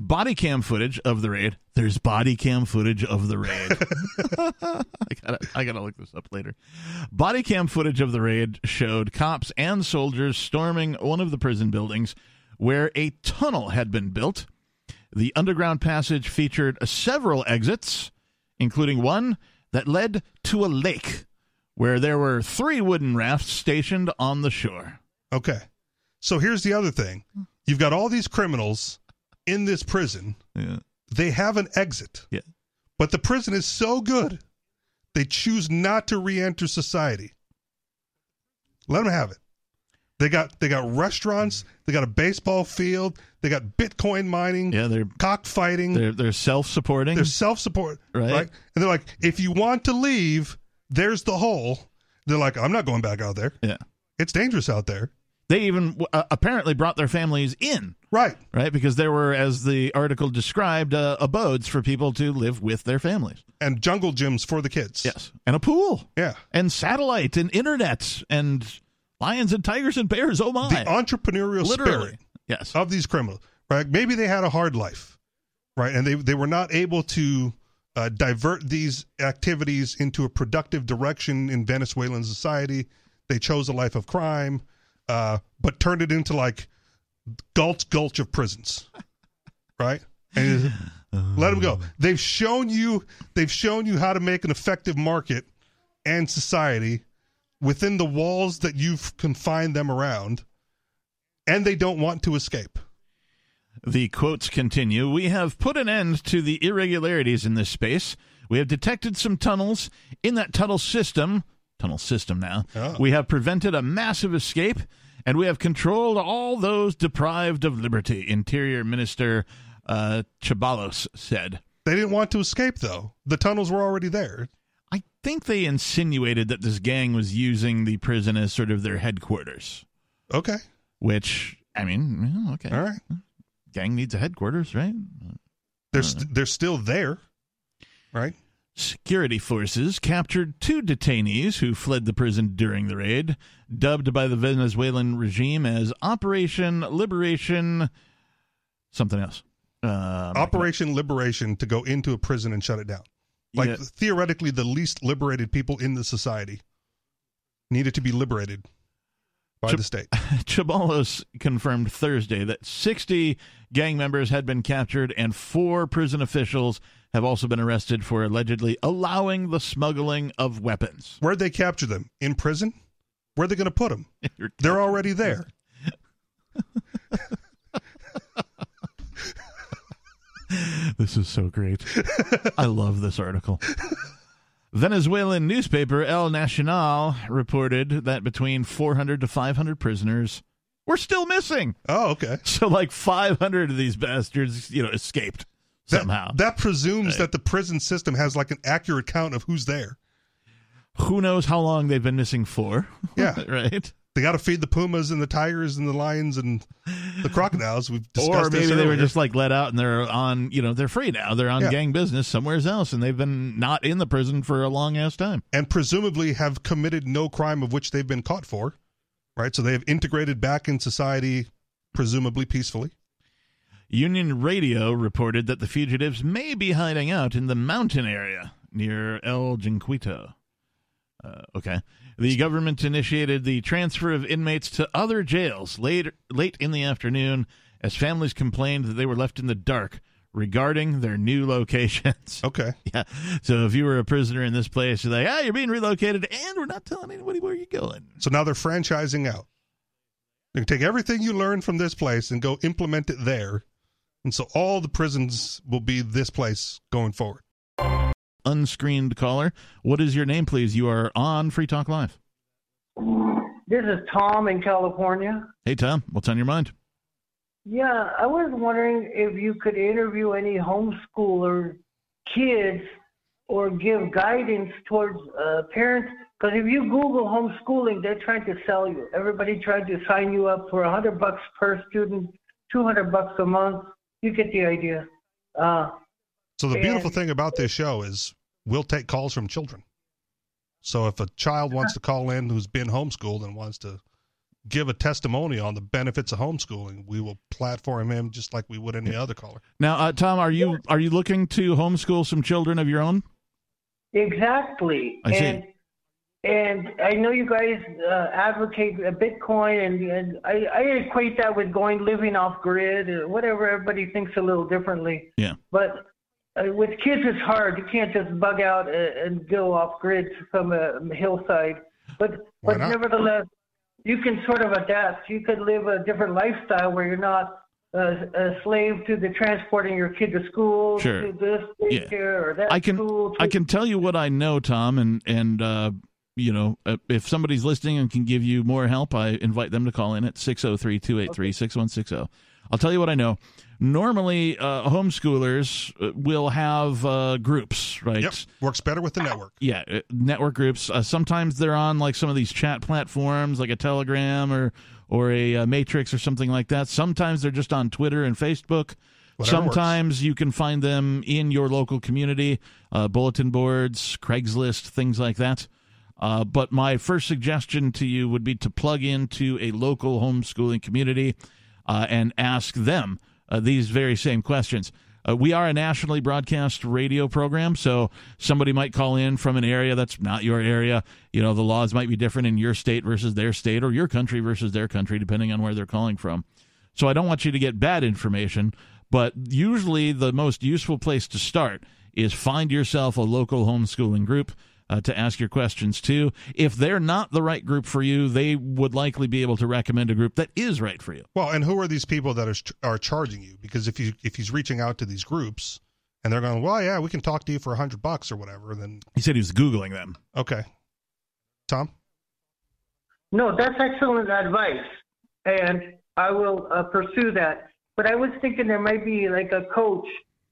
S2: Body cam footage of the raid. There's body cam footage of the raid. <laughs> I gotta, I gotta look this up later. Body cam footage of the raid showed cops and soldiers storming one of the prison buildings where a tunnel had been built. The underground passage featured several exits, including one that led to a lake where there were three wooden rafts stationed on the shore.
S3: Okay. So here's the other thing. You've got all these criminals in this prison.
S2: Yeah.
S3: They have an exit.
S2: Yeah.
S3: But the prison is so good, they choose not to re-enter society. Let them have it. They got they got restaurants. They got a baseball field. They got Bitcoin mining,
S2: Yeah, they're
S3: cockfighting. They're,
S2: they're they're self-supporting.
S3: self-support,
S2: Right.
S3: And they're like, if you want to leave, there's the hole. They're like, I'm not going back out there.
S2: yeah.
S3: It's dangerous out there.
S2: They even uh, apparently brought their families in,
S3: Right.
S2: right? Because there were, as the article described, uh, abodes for people to live with their families.
S3: And jungle gyms for the kids.
S2: Yes. And a pool,
S3: Yeah.
S2: and satellite, and internet, and lions and tigers and bears. Oh, my.
S3: The entrepreneurial
S2: Literally.
S3: spirit
S2: Yes.
S3: of these criminals. Right. Maybe they had a hard life. Right. And they, they were not able to uh, divert these activities into a productive direction in Venezuelan society. They chose a life of crime, uh, but turned it into like gulch gulch of prisons. Right. And it's- Let them go. They've shown you they've shown you how to make an effective market and society within the walls that you've confined them around, and they don't want to escape.
S2: The quotes continue We have put an end to the irregularities in this space. We have detected some tunnels in that tunnel system. Tunnel system now.
S3: Oh.
S2: We have prevented a massive escape, and we have controlled all those deprived of liberty, Interior Minister uh, Chabalos said.
S3: They didn't want to escape though. The tunnels were already there.
S2: I think they insinuated that this gang was using the prison as sort of their headquarters,
S3: Okay.
S2: which, I mean, well, okay.
S3: All right.
S2: Gang needs a headquarters, right?
S3: They're
S2: Mm-hmm.
S3: st- they're still there. Right?
S2: Security forces captured two detainees who fled the prison during the raid, dubbed by the Venezuelan regime as Operation Liberation something else. Uh,
S3: Operation Liberation to go into a prison and shut it down. Like
S2: yeah,
S3: theoretically the least liberated people in the society needed to be liberated by
S2: Chip-
S3: the state.
S2: <laughs> Chabalos confirmed Thursday that 60 gang members had been captured and four prison officials have also been arrested for allegedly allowing the smuggling of weapons.
S3: Where'd they capture them? In prison? Where are they going to put them?
S2: <laughs> You're-
S3: They're
S2: <laughs>
S3: already there.
S2: This is so great. I love this article. Venezuelan newspaper El Nacional reported that between 400 to 500 prisoners were still missing.
S3: Oh, okay.
S2: So, like 500 of these bastards, you know, escaped
S3: That,
S2: somehow.
S3: that presumes
S2: Right.
S3: that the prison system has like an accurate count of who's there.
S2: Who knows how long they've been missing for?
S3: <laughs>
S2: <laughs>
S3: Yeah.
S2: right?
S3: They got to feed the pumas and the tigers and the lions and the crocodiles. We've discussed
S2: Or maybe
S3: this
S2: they were
S3: earlier.
S2: just like let out and they're on, you know, they're free now. They're on
S3: Yeah.
S2: gang business somewhere else and they've been not in the prison for a long ass time.
S3: and presumably have committed no crime of which they've been caught for, right? So they have integrated back in society, presumably peacefully.
S2: Union Radio reported that the fugitives may be hiding out in the mountain area near El Jinquito. Uh, okay. The government initiated the transfer of inmates to other jails late, late in the afternoon as families complained that they were left in the dark regarding their new <laughs> locations.
S3: Okay,
S2: yeah. So if you were a prisoner in this place, you're like, ah, you're being relocated and we're not telling anybody where you're going.
S3: so now they're franchising out. You can take everything you learn from this place and go implement it there, and so all the prisons will be this place going forward.
S2: Unscreened caller, what is your name, please? You are on Free Talk Live.
S7: This is Tom in California.
S2: Hey, Tom, what's on your mind?
S7: Yeah, I was wondering if you could interview any homeschooler kids or give guidance towards uh, parents. Because if you Google homeschooling, they're trying to sell you. Everybody tried to sign you up for a 100 bucks per student, 200 bucks a month. You get the idea. Uh,
S3: So the beautiful
S7: And-
S3: thing about this show is we'll take calls from children. So if a child wants to call in who's been homeschooled and wants to give a testimony on the benefits of homeschooling, we will platform him just like we would any other caller.
S2: Now, uh, Tom, are you are you looking to homeschool some children of your own?
S7: Exactly.
S2: I see.
S7: and and I know you guys uh, advocate uh, Bitcoin, and, and I, I equate that with going living off grid or whatever. Everybody thinks a little differently.
S2: Yeah.
S7: But uh, with kids, it's hard. You can't just bug out uh, and go off grid to some uh, hillside. But
S3: Why
S7: but
S3: not?
S7: nevertheless, you can sort of adapt. You could live a different lifestyle where you're not uh, a slave to the transporting your kid to school,
S2: Sure.
S7: to this
S2: Yeah.
S7: daycare or that
S2: I can
S7: school. to-
S2: I can tell you what I know, Tom, and and uh, you know uh, if oh somebody's listening and can give you more help, I invite them to call in at 603-283-6160. oh. I'll tell you what I know. Normally, uh, homeschoolers uh, will have uh, groups, right?
S3: Yep. Works better with the network.
S2: Yeah, uh, network groups. Uh, sometimes they're on like some of these chat platforms, like a Telegram or or a uh, Matrix or something like that. Sometimes they're just on Twitter and Facebook.
S3: Whatever works.
S2: Sometimes you can find them in your local community, uh, bulletin boards, Craigslist, things like that. Uh, but my first suggestion to you would be to plug into a local homeschooling community uh, and ask them uh, these very same questions. Uh, we are a nationally broadcast radio program, so somebody might call in from an area that's not your area. You know, the laws might be different in your state versus their state or your country versus their country, depending on where they're calling from. So I don't want you to get bad information, but usually the most useful place to start is find yourself a local homeschooling group uh, to ask your questions to. If they're not the right group for you, they would likely be able to recommend a group that is right for you.
S3: Well, and who are these people that are are charging you? Because if you if he's reaching out to these groups and they're going, well, yeah, we can talk to you for a hundred bucks or whatever, then
S2: He said he was Googling them.
S3: okay, Tom.
S7: No, that's excellent advice, and I will uh, pursue that. But I was thinking there might be like a coach.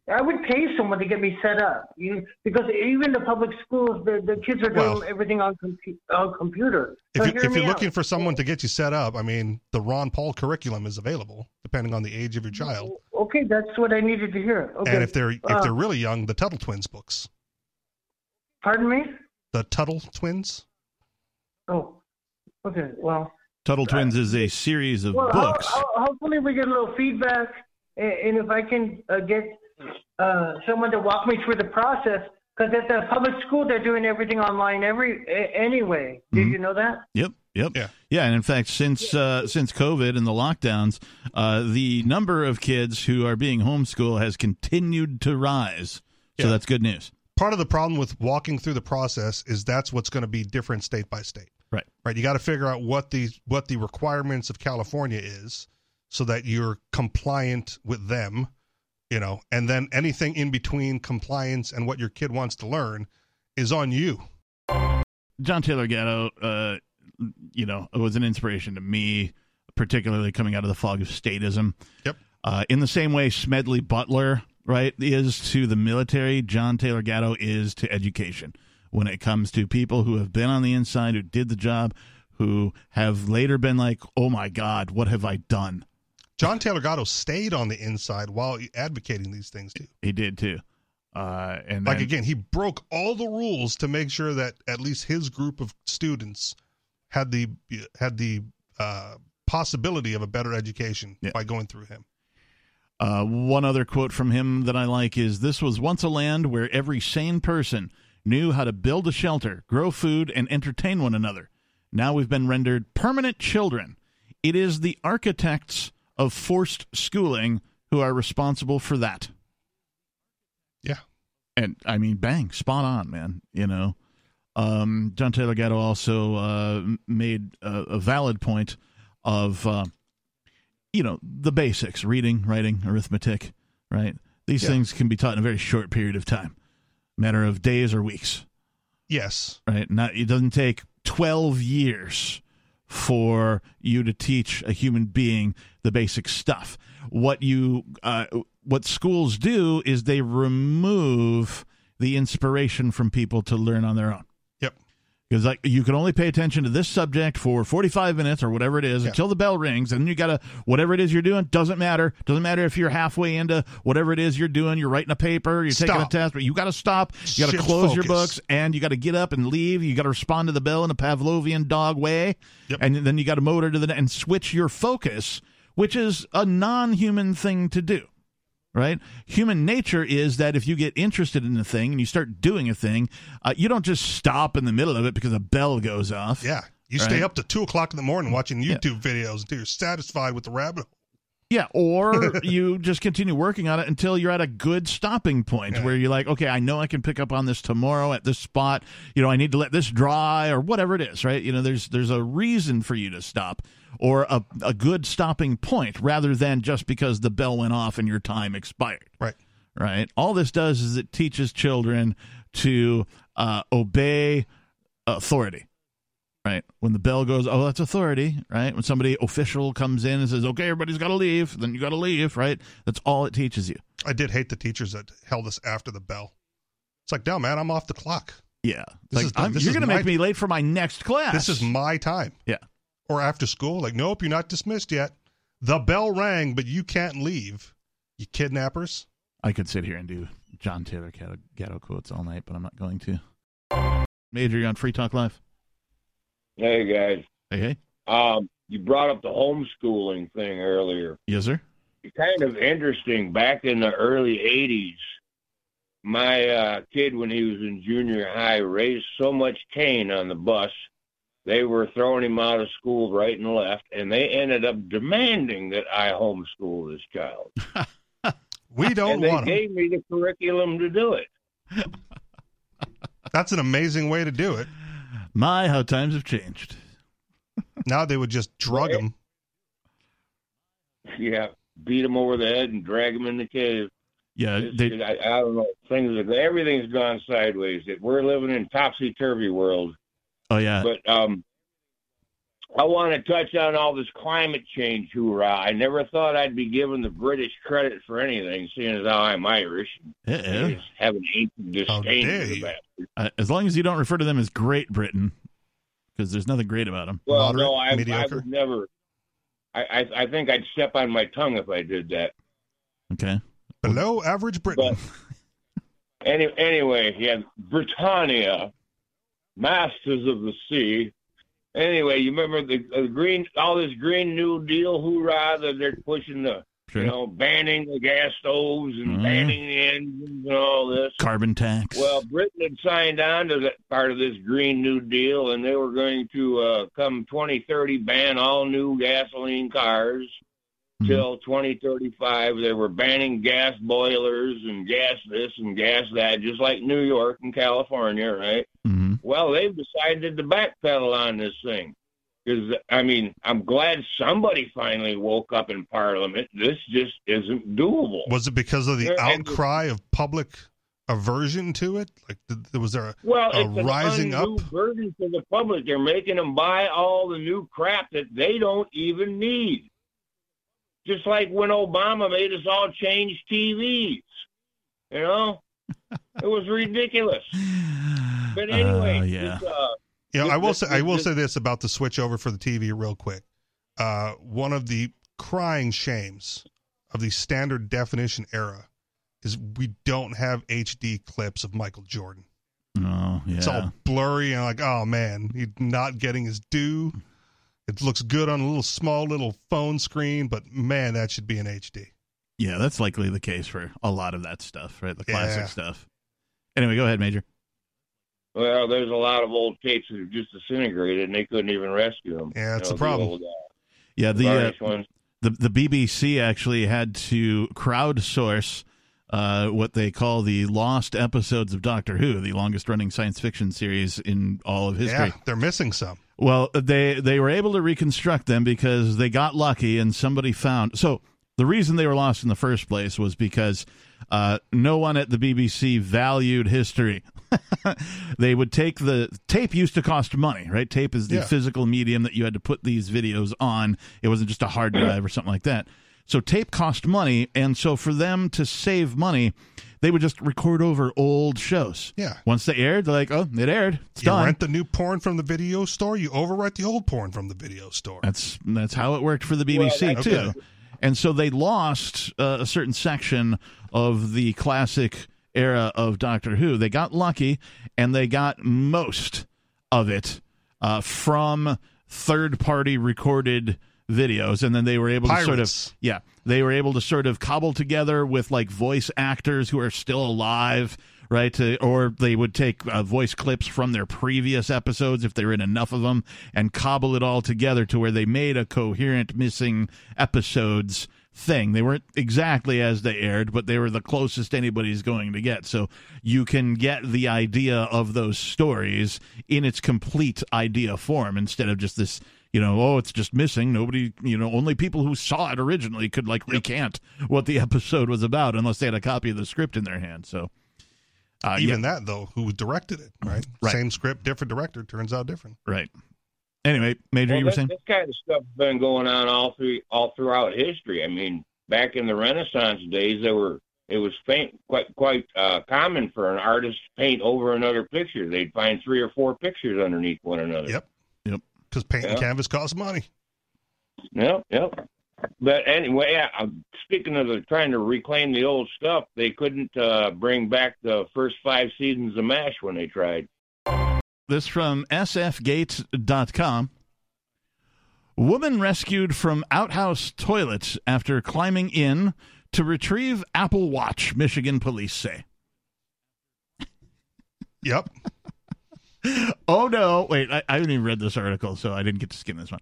S7: I would pay someone to get me set up, you because even the public schools, the, the kids are doing
S3: Well-
S7: everything on compu- on computer.
S3: If,
S7: So
S3: you,
S7: hear
S3: if
S7: me
S3: you're
S7: out.
S3: looking for someone to get you set up, I mean, the Ron Paul curriculum is available depending on the age of your child.
S7: okay, that's what I needed to hear. Okay,
S3: And if they're if
S7: Uh,
S3: they're really young, the Tuttle Twins books.
S7: pardon me.
S3: The Tuttle Twins.
S7: Oh, okay. Well,
S2: Tuttle Twins is a series of
S7: well, I'll-
S2: books.
S7: I'll- hopefully we get a little feedback, and, and if I can uh, get uh, someone to walk me through the process, because at the public school they're doing everything online every a- anyway. Did
S2: Mm-hmm.
S7: you know that?
S2: Yep. Yep.
S3: Yeah.
S2: Yeah. And in fact, since uh, since COVID and the lockdowns, uh, the number of kids who are being homeschooled has continued to rise. So
S3: Yeah.
S2: that's good news.
S3: Part of the problem with walking through the process is that's what's going to be different state by state.
S2: Right.
S3: Right. You got to figure out what the what the requirements of California is so that you're compliant with them, you know, and then anything in between compliance and what your kid wants to learn is on you.
S2: John Taylor Gatto, uh, you know, was an inspiration to me, particularly coming out of the fog of statism.
S3: Yep.
S2: Uh, in the same way, Smedley Butler, right, is to the military, John Taylor Gatto is to education. When it comes to people who have been on the inside, who did the job, who have later been like, "Oh my God, what have I done?"
S3: John Taylor Gatto stayed on the inside while advocating these things too.
S2: He did too. Uh, and
S3: Like
S2: then-
S3: again, he broke all the rules to make sure that at least his group of students had the had the uh, possibility of a better education
S2: Yeah.
S3: by going through him.
S2: Uh, one other quote from him that I like is This was once a land where every sane person knew how to build a shelter, grow food, and entertain one another. Now we've been rendered permanent children. It is the architects of forced schooling who are responsible for that.
S3: Yeah.
S2: And I mean, bang, spot on, man. You know, um, John Taylor Gatto also uh, m- made a, a valid point of, uh, you know, the basics reading, writing, arithmetic, right? These
S3: Yeah.
S2: things can be taught in a very short period of time, matter of days or weeks,
S3: Yes.
S2: right? Not, it doesn't take 12 years for you to teach a human being the basic stuff. What you uh, what schools do is they remove the inspiration from people to learn on their own.
S3: Yep.
S2: Because like you can only pay attention to this subject for 45 minutes or whatever it is
S3: Yeah.
S2: until the bell rings, and you gotta whatever it is you're doing doesn't matter. Doesn't matter if you're halfway into whatever it is you're doing. You're writing a paper, you're taking a
S3: Stop.
S2: test, but you gotta stop. You gotta
S3: Shift
S2: close your
S3: focus.
S2: books, and you gotta get up and leave. You gotta respond to the bell in a Pavlovian dog way,
S3: Yep.
S2: and then you gotta motor to the and switch your focus, which is a non-human thing to do right? Human nature is that if you get interested in a thing and you start doing a thing, uh, you don't just stop in the middle of it because a bell goes off.
S3: Yeah. You stay
S2: Right.
S3: up to two o'clock in the morning watching
S2: Yeah.
S3: YouTube videos until you're satisfied with the rabbit hole.
S2: Yeah,
S3: <laughs>
S2: or you just continue working on it until you're at a good stopping point
S3: Yeah.
S2: where you're like, okay, I know I can pick up on this tomorrow at this spot. You know, I need to let this dry or whatever it is, right? You know, there's there's a reason for you to stop or a, a good stopping point rather than just because the bell went off and your time expired.
S3: Right.
S2: right? All this does is it teaches children to uh, obey authority, right? When the bell goes, oh, that's authority, right? When somebody official comes in and says, okay, everybody's got to leave, then you got to leave, right? That's all it teaches you.
S3: I did hate the teachers that held us after the bell. It's like, no, man, I'm off the clock.
S2: Yeah.
S3: This
S2: Like,
S3: is-
S2: I'm-
S3: this
S2: you're
S3: is
S2: going to
S3: my-
S2: make me late for my next class.
S3: This is my time.
S2: Yeah.
S3: Or after school, like, nope, you're not dismissed yet. The bell rang, but you can't leave. You kidnappers.
S2: I could sit here and do John Taylor Gatto, Gatto quotes all night, but I'm not going to. Major, you're on Free Talk Live.
S5: Hey guys,
S2: Hey, hey.
S5: um, you brought up the homeschooling thing earlier.
S2: Yes, sir.
S5: It's kind of interesting. Back in the early '80s, my uh, kid, when he was in junior high, raised so much cane on the bus, they were throwing him out of school right and left, and they ended up demanding that I homeschool this child. <laughs>
S3: We don't
S5: and they
S3: want them.
S5: gave me the curriculum to do it.
S3: That's an amazing way to do it.
S2: My, how times have changed.
S3: Now they would just drug them.
S5: Yeah, beat him over the head and drag him in the cave.
S3: Uh,
S2: Yeah,
S5: It's-
S2: they,
S5: I, I don't know. Things are, everything's gone sideways. It, we're living in topsy turvy world.
S2: oh
S3: Uh,
S2: yeah,
S5: But um, I want to touch on all this climate change hoorah. I never thought I'd be giving the British credit for anything, seeing as how I'm Irish.
S2: Uh-oh.
S5: I just have an ancient
S3: How
S5: disdain
S3: Oh, dare
S5: for the
S3: you.
S5: bastard.
S2: Uh, as long as you don't refer to them as Great Britain, because there's nothing great about them.
S5: Well,
S3: Moderate,
S5: no, I, I
S3: mediocre?
S5: would never. I, I I think I'd step on my tongue if I did that.
S2: Okay,
S3: Below average Britain.
S5: But any, anyway, yeah, Britannia, masters of the sea. Anyway, you remember the, the green, all this Green New Deal hoorah that they're pushing the,
S2: sure.
S5: you know, banning the gas stoves and
S2: Mhm.
S5: banning the engines and all this.
S2: Carbon tax.
S5: Well, Britain had signed on to that part of this Green New Deal, and they were going to uh, come 2030 ban all new gasoline cars.
S2: Mhm.
S5: Till 2035, they were banning gas boilers and gas this and gas that, just like New York and California, right?
S2: hmm
S5: Well, they've decided to backpedal on this thing. Because, I mean, I'm glad somebody finally woke up in Parliament. This just isn't doable.
S3: Was it because of the
S5: There- and-
S3: outcry of public aversion to it? Like, th- there was there a,
S5: Well,
S3: a
S5: it's an
S3: rising
S5: undue
S3: up?
S5: burden to the public. They're making them buy all the new crap that they don't even need. Just like when Obama made us all change TVs,
S3: <laughs>
S5: you know, it was ridiculous. But anyway,
S2: Uh, yeah.
S5: it's, uh,
S3: You know,
S5: This-
S3: I will
S5: this-
S3: say I will
S5: this-
S3: say this about the switch over for the TV real quick. Uh, one of the crying shames of the standard definition era is we don't have HD clips of Michael Jordan.
S2: Oh yeah.
S3: It's all blurry and like, oh man, he's not getting his due. It looks good on a little small little phone screen, but man, that should be in HD.
S2: yeah, that's likely the case for a lot of that stuff, right? The classic
S3: Yeah.
S2: stuff. Anyway, go ahead, Major.
S5: well, there's a lot of old tapes that have just disintegrated, and they couldn't even rescue them.
S3: Yeah, that's the problem.
S5: old, uh,
S2: Yeah, the uh,
S5: varnish ones.
S2: the the BBC actually had to crowdsource uh, what they call the lost episodes of Doctor Who, the longest running science fiction series in all of history.
S3: Yeah, they're missing some.
S2: Well, they they were able to reconstruct them because they got lucky and somebody found. So the reason they were lost in the first place was because uh, no one at the BBC valued history. <laughs> they would take the tape used to cost money, right? Tape is the
S3: Yeah.
S2: physical medium that you had to put these videos on. It wasn't just a hard drive or something like that. So tape cost money, and so for them to save money, they would just record over old shows.
S3: Yeah.
S2: Once they aired, they're like, "Oh, it aired. It's
S3: You
S2: done."
S3: rent the new porn from the video store, you overwrite the old porn from the video store.
S2: That's that's how it worked for the BBC
S3: that's-
S2: too.
S3: Okay.
S2: And so they lost uh, a certain section of the classic era of Doctor Who. They got lucky and they got most of it uh, from third party recorded videos and then they were able to sort
S3: Pirates.
S2: of yeah, they were able to sort of cobble together with like voice actors who are still alive, right? To, or they would take uh, voice clips from their previous episodes if they were in enough of them and cobble it all together to where they made a coherent missing episodes thing. They weren't exactly as they aired, but they were the closest anybody's going to get. So you can get the idea of those stories in its complete idea form instead of just this you know, oh, it's just missing. Nobody, you know, only people who saw it originally could like recant what the <laughs> episode was about unless they had a copy of the script in their hand. So, uh, Mm-hmm.
S3: Even that though, who directed it, right?
S2: Right.
S3: Same script, different director, turns out different.
S2: yeah, right. Anyway, Major,
S8: Well,
S2: you were
S8: this,
S2: saying?
S8: this kind of stuff's been going on all through all throughout history. I mean, back in the Renaissance days, there were it was faint, quite quite uh, common for an artist to paint over another picture. They'd find three or four pictures underneath one another.
S3: Yep. because paint and
S8: Yeah.
S3: canvas costs money.
S8: Yep, yep. But anyway, yeah, I'm speaking of the, trying to reclaim the old stuff, they couldn't uh, bring back the first five seasons of MASH when they tried.
S2: This from sfgates.com. Woman rescued from outhouse toilet after climbing in to retrieve Apple Watch, Michigan police say.
S3: Yep.
S2: Oh no, wait, I, I haven't even read this article, so I didn't get to skim this one.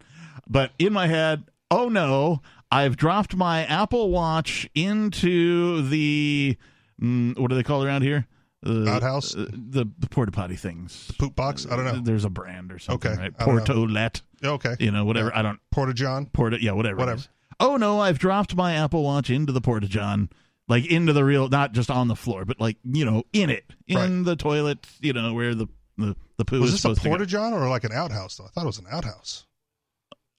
S2: But in my head, oh no, I've dropped my Apple Watch into the mm, what do they call it around here? The
S3: Outhouse?
S2: uh, the, the porta potty things.
S3: Poop box. I
S2: <laughs>
S3: don't know.
S2: There's a brand or something,
S3: Okay,
S2: right?
S3: I don't know.
S2: Portolet,
S3: Okay.
S2: you know, whatever. I don't
S3: Porta John.
S2: Porta, yeah, whatever. it
S3: Whatever.
S2: is. Oh no, I've dropped my Apple Watch into the Porta John, like into the real, not just on the floor, but like you know, in it, in
S3: Right.
S2: the toilet, you know, where the the, the poo
S3: Was
S2: is
S3: this a
S2: supposed to
S3: Porta
S2: go.
S3: John or like an outhouse? Though I thought it was an outhouse.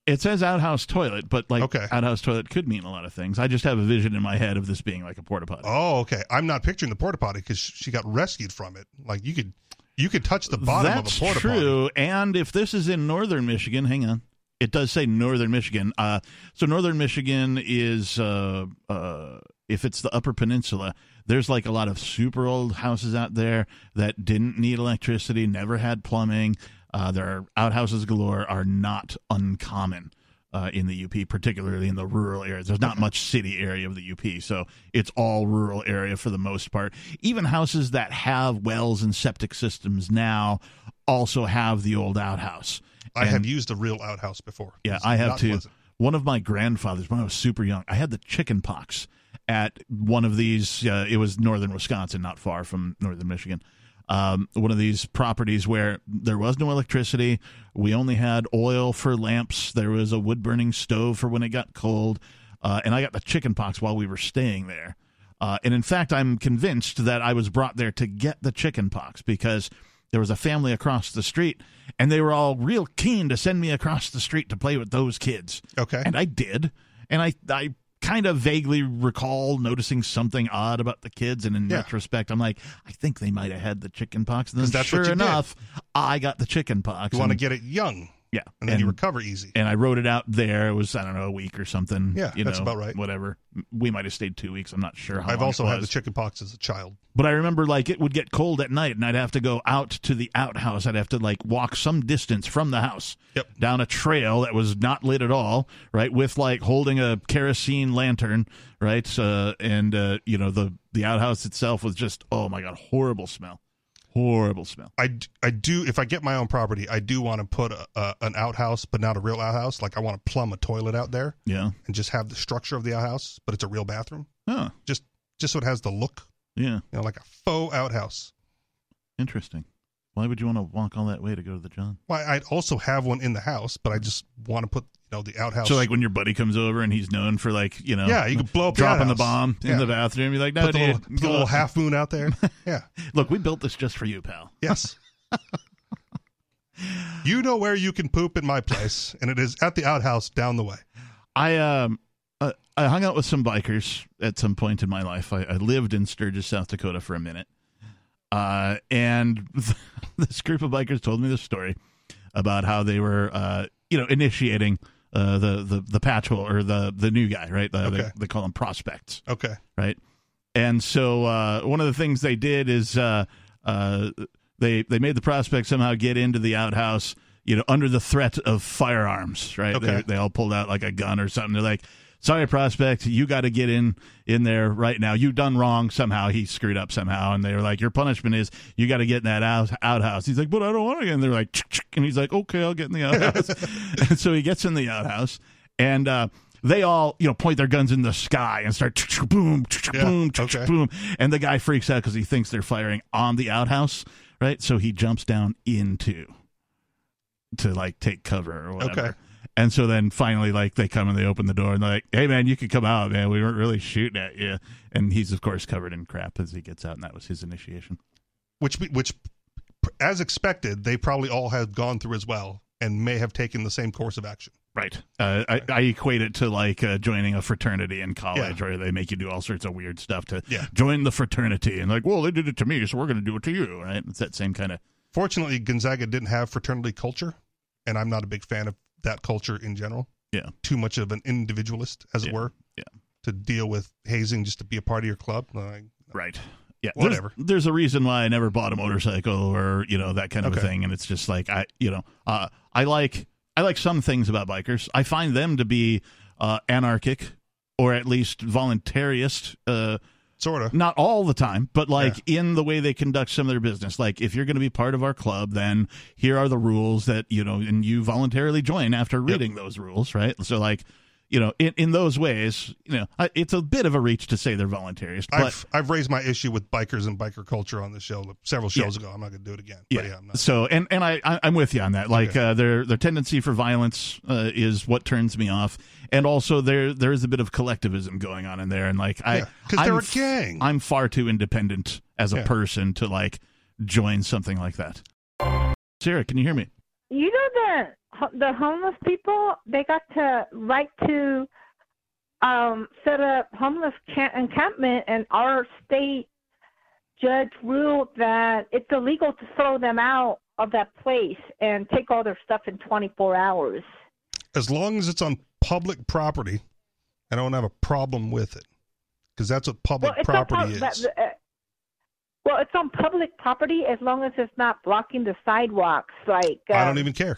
S2: It says outhouse toilet, but like
S3: Okay.
S2: outhouse toilet could mean a lot of things. I just have a vision in my head of this being like a porta potty.
S3: Oh, okay. I'm not picturing the porta potty because she got rescued from it. Like you could, you could touch the bottom
S2: That's
S3: of a porta potty.
S2: true. And if this is in northern Michigan, hang on. It does say northern Michigan. Uh, so northern Michigan is uh, uh, if it's the Upper Peninsula. There's like a lot of super old houses out there that didn't need electricity, never had plumbing. Uh, their outhouses galore are not uncommon uh, in the UP, particularly in the rural areas. There's not much city area of the UP, so it's all rural area for the most part. Even houses that have wells and septic systems now also have the old outhouse.
S3: I
S2: And-
S3: have used a real outhouse before.
S2: yeah,
S3: It's
S2: I have
S3: not
S2: too.
S3: pleasant.
S2: One of my grandfathers, when I was super young, I had the chicken pox at one of these. Uh, it was northern Wisconsin, not far from northern Michigan. Um, one of these properties where there was no electricity. We only had oil for lamps. There was a wood burning stove for when it got cold. Uh, and I got the chicken pox while we were staying there. Uh, and in fact, I'm convinced that I was brought there to get the chicken pox because there was a family across the street and they were all real keen to send me across the street to play with those kids.
S3: Okay.
S2: And I did. And I, I kind of vaguely recall noticing something odd about the kids. And in
S3: Yeah.
S2: retrospect, I'm like, I think they might have had the chicken pox. And
S3: 'Cause
S2: then
S3: that's what
S2: sure
S3: you did.
S2: enough, I got the chicken pox.
S3: You want to
S2: and-
S3: get it young,
S2: yeah.
S3: and then you recover easy.
S2: and I wrote it out there. It was, I don't know, a week or something.
S3: Yeah,
S2: you
S3: that's
S2: know,
S3: about right.
S2: Whatever. We might have stayed two weeks. I'm not sure how
S3: I've
S2: long
S3: also
S2: it
S3: had
S2: was.
S3: the chicken pox as a child.
S2: But I remember like it would get cold at night, and I'd have to go out to the outhouse. I'd have to like walk some distance from the house
S3: Yep.
S2: down a trail that was not lit at all, right? With like holding a kerosene lantern, right? Uh, and uh, you know the the outhouse itself was just oh my god, horrible smell, horrible smell.
S3: I, d- I do if I get my own property, I do want to put a, a, an outhouse, but not a real outhouse. Like I want to plumb a toilet out there
S2: Yeah.
S3: and just have the structure of the outhouse, but it's a real bathroom,
S2: Oh,
S3: just so it has the look,
S2: yeah.
S3: you know, like a faux outhouse.
S2: Interesting. Why would you want to walk all that way to go to the John?
S3: Why I'd also have one in the house, but I just want to put you know the outhouse.
S2: So like when your buddy comes over and he's known for like you know
S3: yeah, you can blow up
S2: dropping the
S3: outhouse.
S2: bomb in
S3: Yeah.
S2: the bathroom, you're like no
S3: Put the little,
S2: dude,
S3: put the little half moon
S2: <laughs>
S3: out there. Yeah.
S2: Look, we built this just for you, pal.
S3: Yes. you know where you can poop in my place, and it is at the outhouse down the way.
S2: I um uh, I hung out with some bikers at some point in my life. I, I lived in Sturgis, South Dakota for a minute, uh, and <laughs> this group of bikers told me this story about how they were uh, you know initiating uh, the the the patchhole or the the new guy, right? The,
S3: Okay.
S2: they, they call them prospects.
S3: Okay.
S2: right? And so uh, one of the things they did is uh, uh, they they made the prospect somehow get into the outhouse, you know, under the threat of firearms, right?
S3: Okay.
S2: They, they all pulled out like a gun or something. They're like, "Sorry, prospect, you got to get in in there right now. You done wrong somehow. He screwed up somehow." And they were like, "Your punishment is you got to get in that out, outhouse." He's like, "But I don't want to." get in." They're like, "Chick, chick," and he's like, "Okay, I'll get in the outhouse." and so he gets in the outhouse, and uh, they all you know point their guns in the sky and start chick, chick, boom, chick, chick,
S3: Yeah,
S2: boom, chick, chick,
S3: okay.
S2: boom, and the guy freaks out because he thinks they're firing on the outhouse, right? So he jumps down into to like take cover or whatever.
S3: Okay.
S2: And so then finally, like they come and they open the door and they're like, "Hey man, you can come out, man. We weren't really shooting at you." And he's of course covered in crap as he gets out, and that was his initiation.
S3: which which as expected they probably all have gone through as well and may have taken the same course of action.
S2: Right. Uh, I, I equate it to like uh, joining a fraternity in college where they make you do all sorts of weird stuff to
S3: Yeah.
S2: join the fraternity and like, well, they did it to me, so we're going to do it to you, right? It's that same kind of.
S3: Fortunately, Gonzaga didn't have fraternity culture, and I'm not a big fan of that culture in general.
S2: Yeah.
S3: Too much of an individualist, as
S2: Yeah.
S3: it were.
S2: Yeah.
S3: To deal with hazing just to be a part of your club. Uh, Like,
S2: Right. Yeah.
S3: Whatever.
S2: There's, there's a reason why I never bought a motorcycle or you know that kind of a
S3: Okay.
S2: thing, and it's just like I, you know, uh, I like I like some things about bikers. I find them to be uh, anarchic or at least voluntarist. Uh,
S3: sort of.
S2: not all the time, but like in the way they conduct some of their business. Like if you're going to be part of our club, then here are the rules that you know, and you voluntarily join after reading those rules, right? So like, you know, in, in those ways, you know, I- it's a bit of a reach to say they're voluntarist, but
S3: I've I've raised my issue with bikers and biker culture on the show several shows ago. I'm not going to do it again. But yeah, I'm not.
S2: So and and I, I I'm with you on that. Like uh, their their tendency for violence uh, is what turns me off, and also there there is a bit of collectivism going on in there, and like I
S3: Yeah, 'cause
S2: I'm
S3: they're a
S2: f-
S3: gang.
S2: I'm far too independent as a
S3: Yeah.
S2: person to like join something like that. Sarah, can you hear me?
S9: You know the the homeless people they got to right to um set up homeless ca- encampment, and our state judge ruled that it's illegal to throw them out of that place and take all their stuff in 24 hours.
S3: As long as it's on public property, I don't have a problem with it because that's what public
S9: on
S3: property
S9: pub-
S3: is.
S9: that- uh, well, it's on public property as long as it's not blocking the sidewalks. Like
S3: I
S9: um,
S3: don't even care.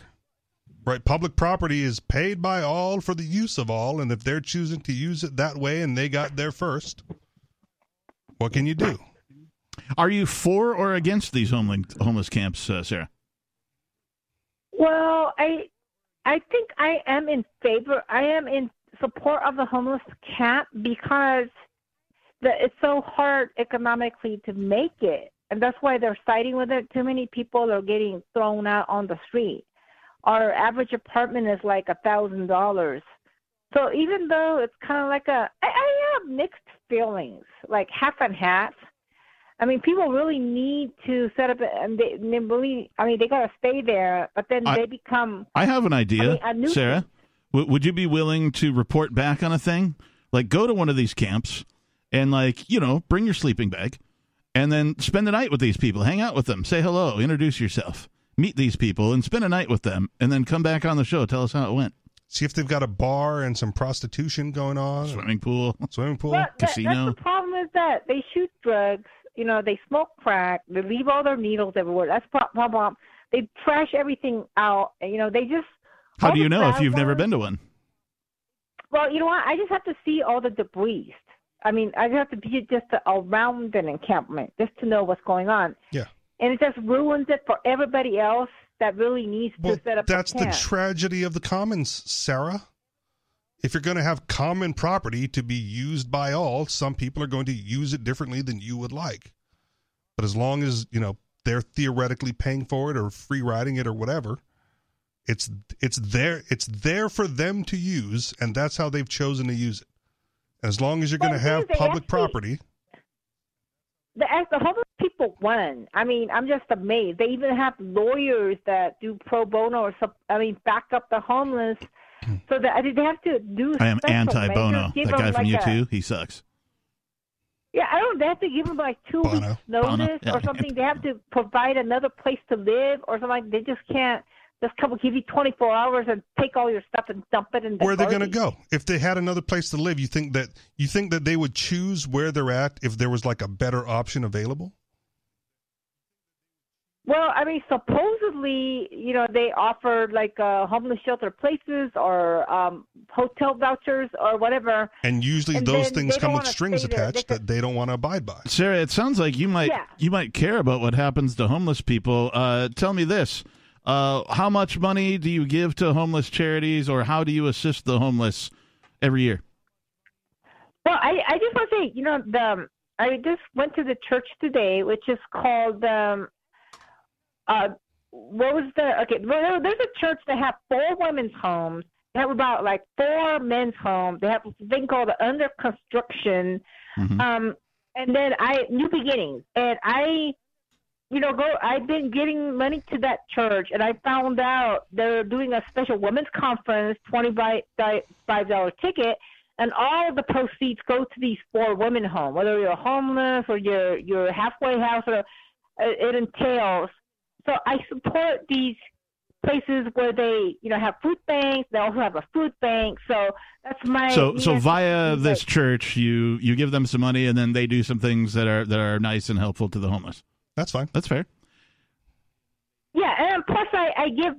S3: Right, public property is paid by all for the use of all, and if they're choosing to use it that way and they got there first, what can you do?
S2: Are you for or against these homeless homeless camps, uh, Sarah?
S9: Well, I I think I am in favor. I am in support of the homeless camp because the, it's so hard economically to make it, and that's why they're siding with it. Too many people are getting thrown out on the street. Our average apartment is like a thousand dollars. So even though it's kind of like a, I, I have mixed feelings, like half and half. I mean, people really need to set up, and they, they really, I mean, they gotta stay there, but then
S2: I-
S9: they become
S2: I have an idea,
S9: I mean, a nuisance.
S2: Sarah. W- would you be willing to report back on a thing? Like, go to one of these camps and, like, you know, bring your sleeping bag and then spend the night with these people. Hang out with them. Say hello. Introduce yourself. Meet these people and spend a night with them and then come back on the show. Tell us how it went.
S3: See if they've got a bar and some prostitution going on,
S2: Swimming pool. <laughs>
S3: swimming pool.
S9: Well, that-
S2: Oh, casino.
S9: that's the problem is that they shoot drugs. You know, they smoke crack. They leave all their needles everywhere. That's pop pop pop. They trash everything out. and, You know, they just.
S2: How
S9: all
S2: do you
S9: the
S2: know if
S9: bad
S2: you've never
S9: ones-
S2: been to one?
S9: Well, you know what? I just have to see all the debris. I mean, I just have to be just around an encampment just to know what's going on.
S3: Yeah.
S9: And it just ruins it for everybody else that really needs
S3: Well,
S9: to set up. a
S3: that's the
S9: camp.
S3: tragedy of the commons, Sarah. If you're going to have common property to be used by all, some people are going to use it differently than you would like. But as long as, you know, they're theoretically paying for it or free riding it or whatever, it's it's there it's there for them to use and that's how they've chosen to use it. As long as you're going to
S9: Well, the thing
S3: have
S9: is they
S3: public
S9: actually-
S3: property,
S9: the as the homeless people won. I mean, I'm just amazed. They even have lawyers that do pro bono or sub, I mean, back up the homeless. So that I mean, they have to do.
S2: Hmm. I am
S9: <laughs> special
S2: anti Bono.
S9: measures, give
S2: That guy
S9: them
S2: from
S9: like a-
S2: U2, he sucks.
S9: yeah, I don't. They have to give them like two
S3: Bono.
S9: weeks
S2: Bono,
S9: notice
S2: yeah.
S9: or something. They have to provide another place to live or something. like They just can't just come give you 24 hours and take all your stuff and dump it in. The
S3: where are they going to
S9: garbage.
S3: go? If they had another place to live, you think that you think that they would choose where they're at if there was like a better option available?
S9: Well, I mean, supposedly, you know, they offered like uh, homeless shelter places or um, hotel vouchers or whatever.
S3: and usually
S9: And
S3: those
S9: then
S3: things
S9: they
S3: come
S9: don't
S3: with
S9: wanna
S3: strings
S9: stay there. They
S3: attached
S9: could-
S3: that they don't want to abide by.
S2: Sarah, it sounds like you might
S9: Yeah.
S2: you might care about what happens to homeless people. Uh, tell me this: uh, how much money do you give to homeless charities, or how do you assist the homeless every year?
S9: Well, I, I just want to say, you know, the I just went to the church today, which is called um, uh, what was the okay? Well, there- there's a church that have four women's homes. They have about like four men's homes. They have a thing called the under construction.
S2: Mhm.
S9: Um, and then I New Beginnings, and I you know, go. I've been getting money to that church, and I found out they're doing a special women's conference, twenty five dollar ticket, and all the proceeds go to these four women home. Whether you're homeless or you're you're halfway house, or uh, it entails. So I support these places where they you know have food banks. They also have a food bank. So that's my
S2: so
S9: you
S2: so
S9: know,
S2: via this church, you you give them some money, and then they do some things that are that are nice and helpful to the homeless.
S3: That's fine.
S2: That's fair.
S9: Yeah, and plus I, I give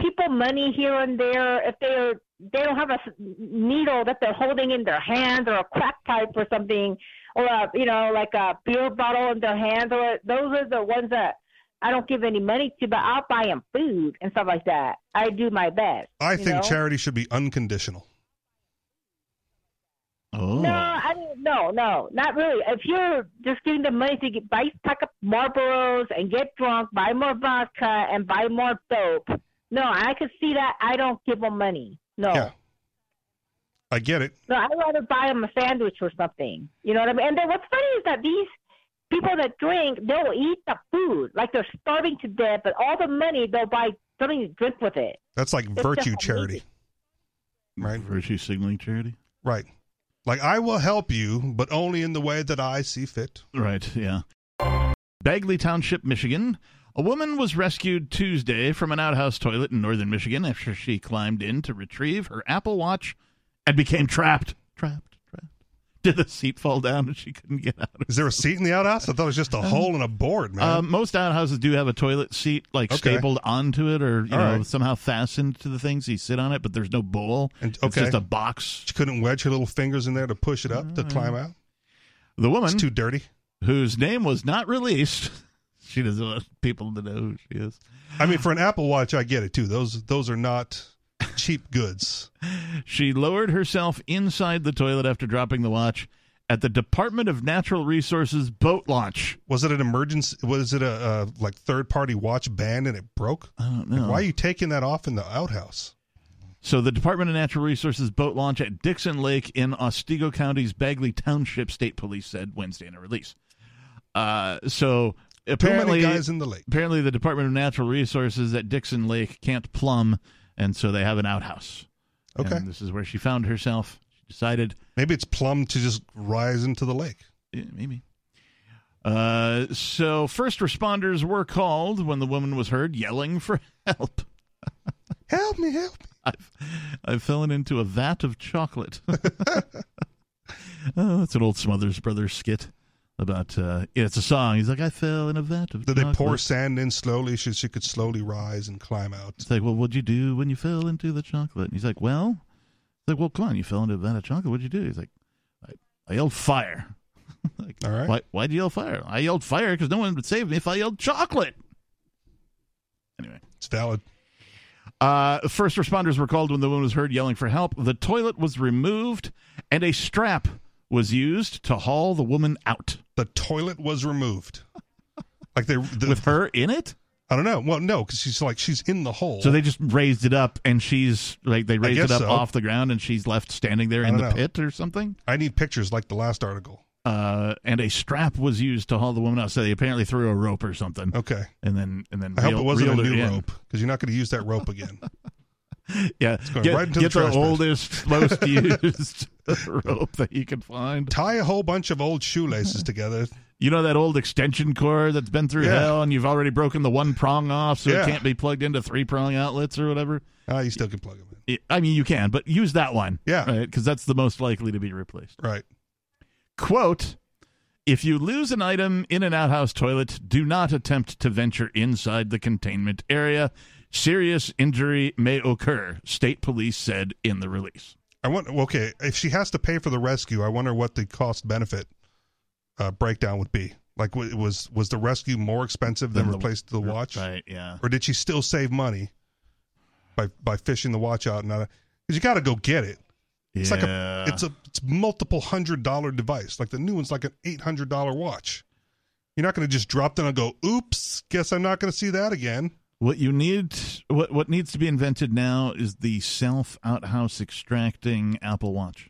S9: people money here and there if they're they don't have a s- needle that they're holding in their hand or a crack pipe or something or a you know like a beer bottle in their hand or those are the ones that I don't give any money to, but I'll buy them food and stuff like that. I do my best.
S3: I
S9: you
S3: think
S9: know?
S3: charity should be unconditional.
S2: Oh,
S9: No, I mean, no, no, not really. If you're just giving them money to get, buy, pack up Marlboros and get drunk, buy more vodka and buy more dope, no, I could see that. I don't give them money. No,
S3: Yeah. I get it.
S9: no, I'd rather buy them a sandwich or something. You know what I mean? And then what's funny is that these people that drink, they'll eat the food like they're starving to death, but all the money they'll buy something to drink with it.
S3: That's like
S9: It's
S3: virtue
S9: just
S3: charity. Right.
S2: virtue signaling charity.
S3: Right. Like I will help you, but only in the way that I see fit.
S2: Right, yeah. Bagley Township, Michigan. A woman was rescued Tuesday from an outhouse toilet in northern Michigan after she climbed in to retrieve her Apple Watch and became trapped. Trapped, trapped. <laughs> Did the seat fall down and she couldn't get out?
S3: Is there a seat in the outhouse? I thought it was just a hole in a board, man.
S2: Uh, most outhouses do have a toilet seat like
S3: Okay.
S2: stapled onto it or you
S3: All
S2: know
S3: right.
S2: somehow fastened to the thing so you sit on it, but there's no bowl.
S3: And-
S2: It's
S3: okay.
S2: just a box.
S3: she couldn't wedge her little fingers in there to push it up to climb out.
S2: The woman
S3: It's too dirty.
S2: whose name was not released. <laughs> She doesn't want people to know who she is.
S3: I mean, for an Apple Watch, I get it too. Those those are not cheap goods.
S2: She lowered herself inside the toilet after dropping the watch at the Department of Natural Resources boat launch.
S3: Was it an emergency? Was it a, uh like third party watch band and it broke?
S2: I don't know.
S3: Why are you taking that off in the outhouse?
S2: So the Department of Natural Resources boat launch at Dixon Lake in Otsego County's Bagley Township, state police said Wednesday in a release. Uh, so apparently,
S3: Too many guys in the lake.
S2: apparently the Department of Natural Resources at Dixon Lake can't plumb, and so they have an outhouse.
S3: Okay.
S2: And this is where she found herself. She decided
S3: Maybe it's plumb to just rise into the lake.
S2: Yeah, maybe. Uh, so first responders were called when the woman was heard yelling for <laughs> help.
S3: Help me, help me.
S2: I've, I've fallen into a vat of chocolate. <laughs> oh, that's an old Smothers Brothers skit about. Uh, yeah, it's a song. He's like, I fell in a vat of
S3: Did they
S2: chocolate.
S3: pour sand in slowly so she could slowly rise and climb out?
S2: It's like, well, what'd you do when you fell into the chocolate? And he's like, well, it's like, well, come on, you fell into a vat of chocolate. What'd you do? He's like, I, I yelled fire. like,
S3: All right.
S2: Why, why'd you yell fire? I yelled fire because no one would save me if I yelled chocolate. Anyway.
S3: It's valid.
S2: Uh, first responders were called when the woman was heard yelling for help. The toilet was removed, and a strap was used to haul the woman out
S3: The toilet was removed. Like they, the,
S2: with her in it.
S3: I don't know. Well, no, because she's like she's in the hole.
S2: So they just raised it up, and she's like they raised it
S3: guess
S2: up
S3: so.
S2: off the ground, and she's left standing there in
S3: don't
S2: the
S3: know.
S2: pit or something.
S3: I need pictures like the last article.
S2: Uh, and a strap was used to haul the woman out. So they apparently threw a rope or something,
S3: Okay.
S2: and then and then
S3: Oh. I hope
S2: reel-
S3: it wasn't a
S2: reeled her
S3: new
S2: in.
S3: rope because you're not going to use that rope again.
S2: <laughs> Yeah,
S3: going
S2: get,
S3: right into the
S2: get the,
S3: trash bin.
S2: oldest, most <laughs> used rope that you can find.
S3: Tie a whole bunch of old shoelaces together.
S2: You know that old extension cord that's been through
S3: Yeah.
S2: hell and you've already broken the one prong off so
S3: Yeah.
S2: it can't be plugged into three prong outlets or whatever?
S3: Ah, you still can plug them in.
S2: It- I mean, you can, but use that one.
S3: Yeah.
S2: Right? Because that's the most likely to be replaced.
S3: Right.
S2: Quote If you lose an item in an outhouse toilet, do not attempt to venture inside the containment area. Serious injury may occur, state police said in the release.
S3: I want okay. If she has to pay for the rescue, I wonder what the cost benefit uh, breakdown would be. Like, w- was was the rescue more expensive than
S2: Then the-
S3: replaced the watch,
S2: Right, yeah.
S3: or did she still save money by by fishing the watch out? And not because you got to go get it. It's like a
S2: Yeah.
S3: it's a it's multiple hundred dollar device. Like the new one's like an eight hundred dollar watch. You're not going to just drop that and go, "Oops, guess I'm not going to see that again."
S2: What you need, what what needs to be invented now, is the self outhouse extracting Apple Watch.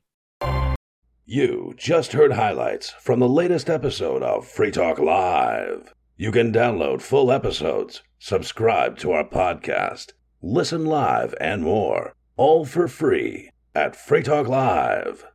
S1: You just heard highlights from the latest episode of Free Talk Live. You can download full episodes, subscribe to our podcast, listen live, and more, all for free at freetalklive.com.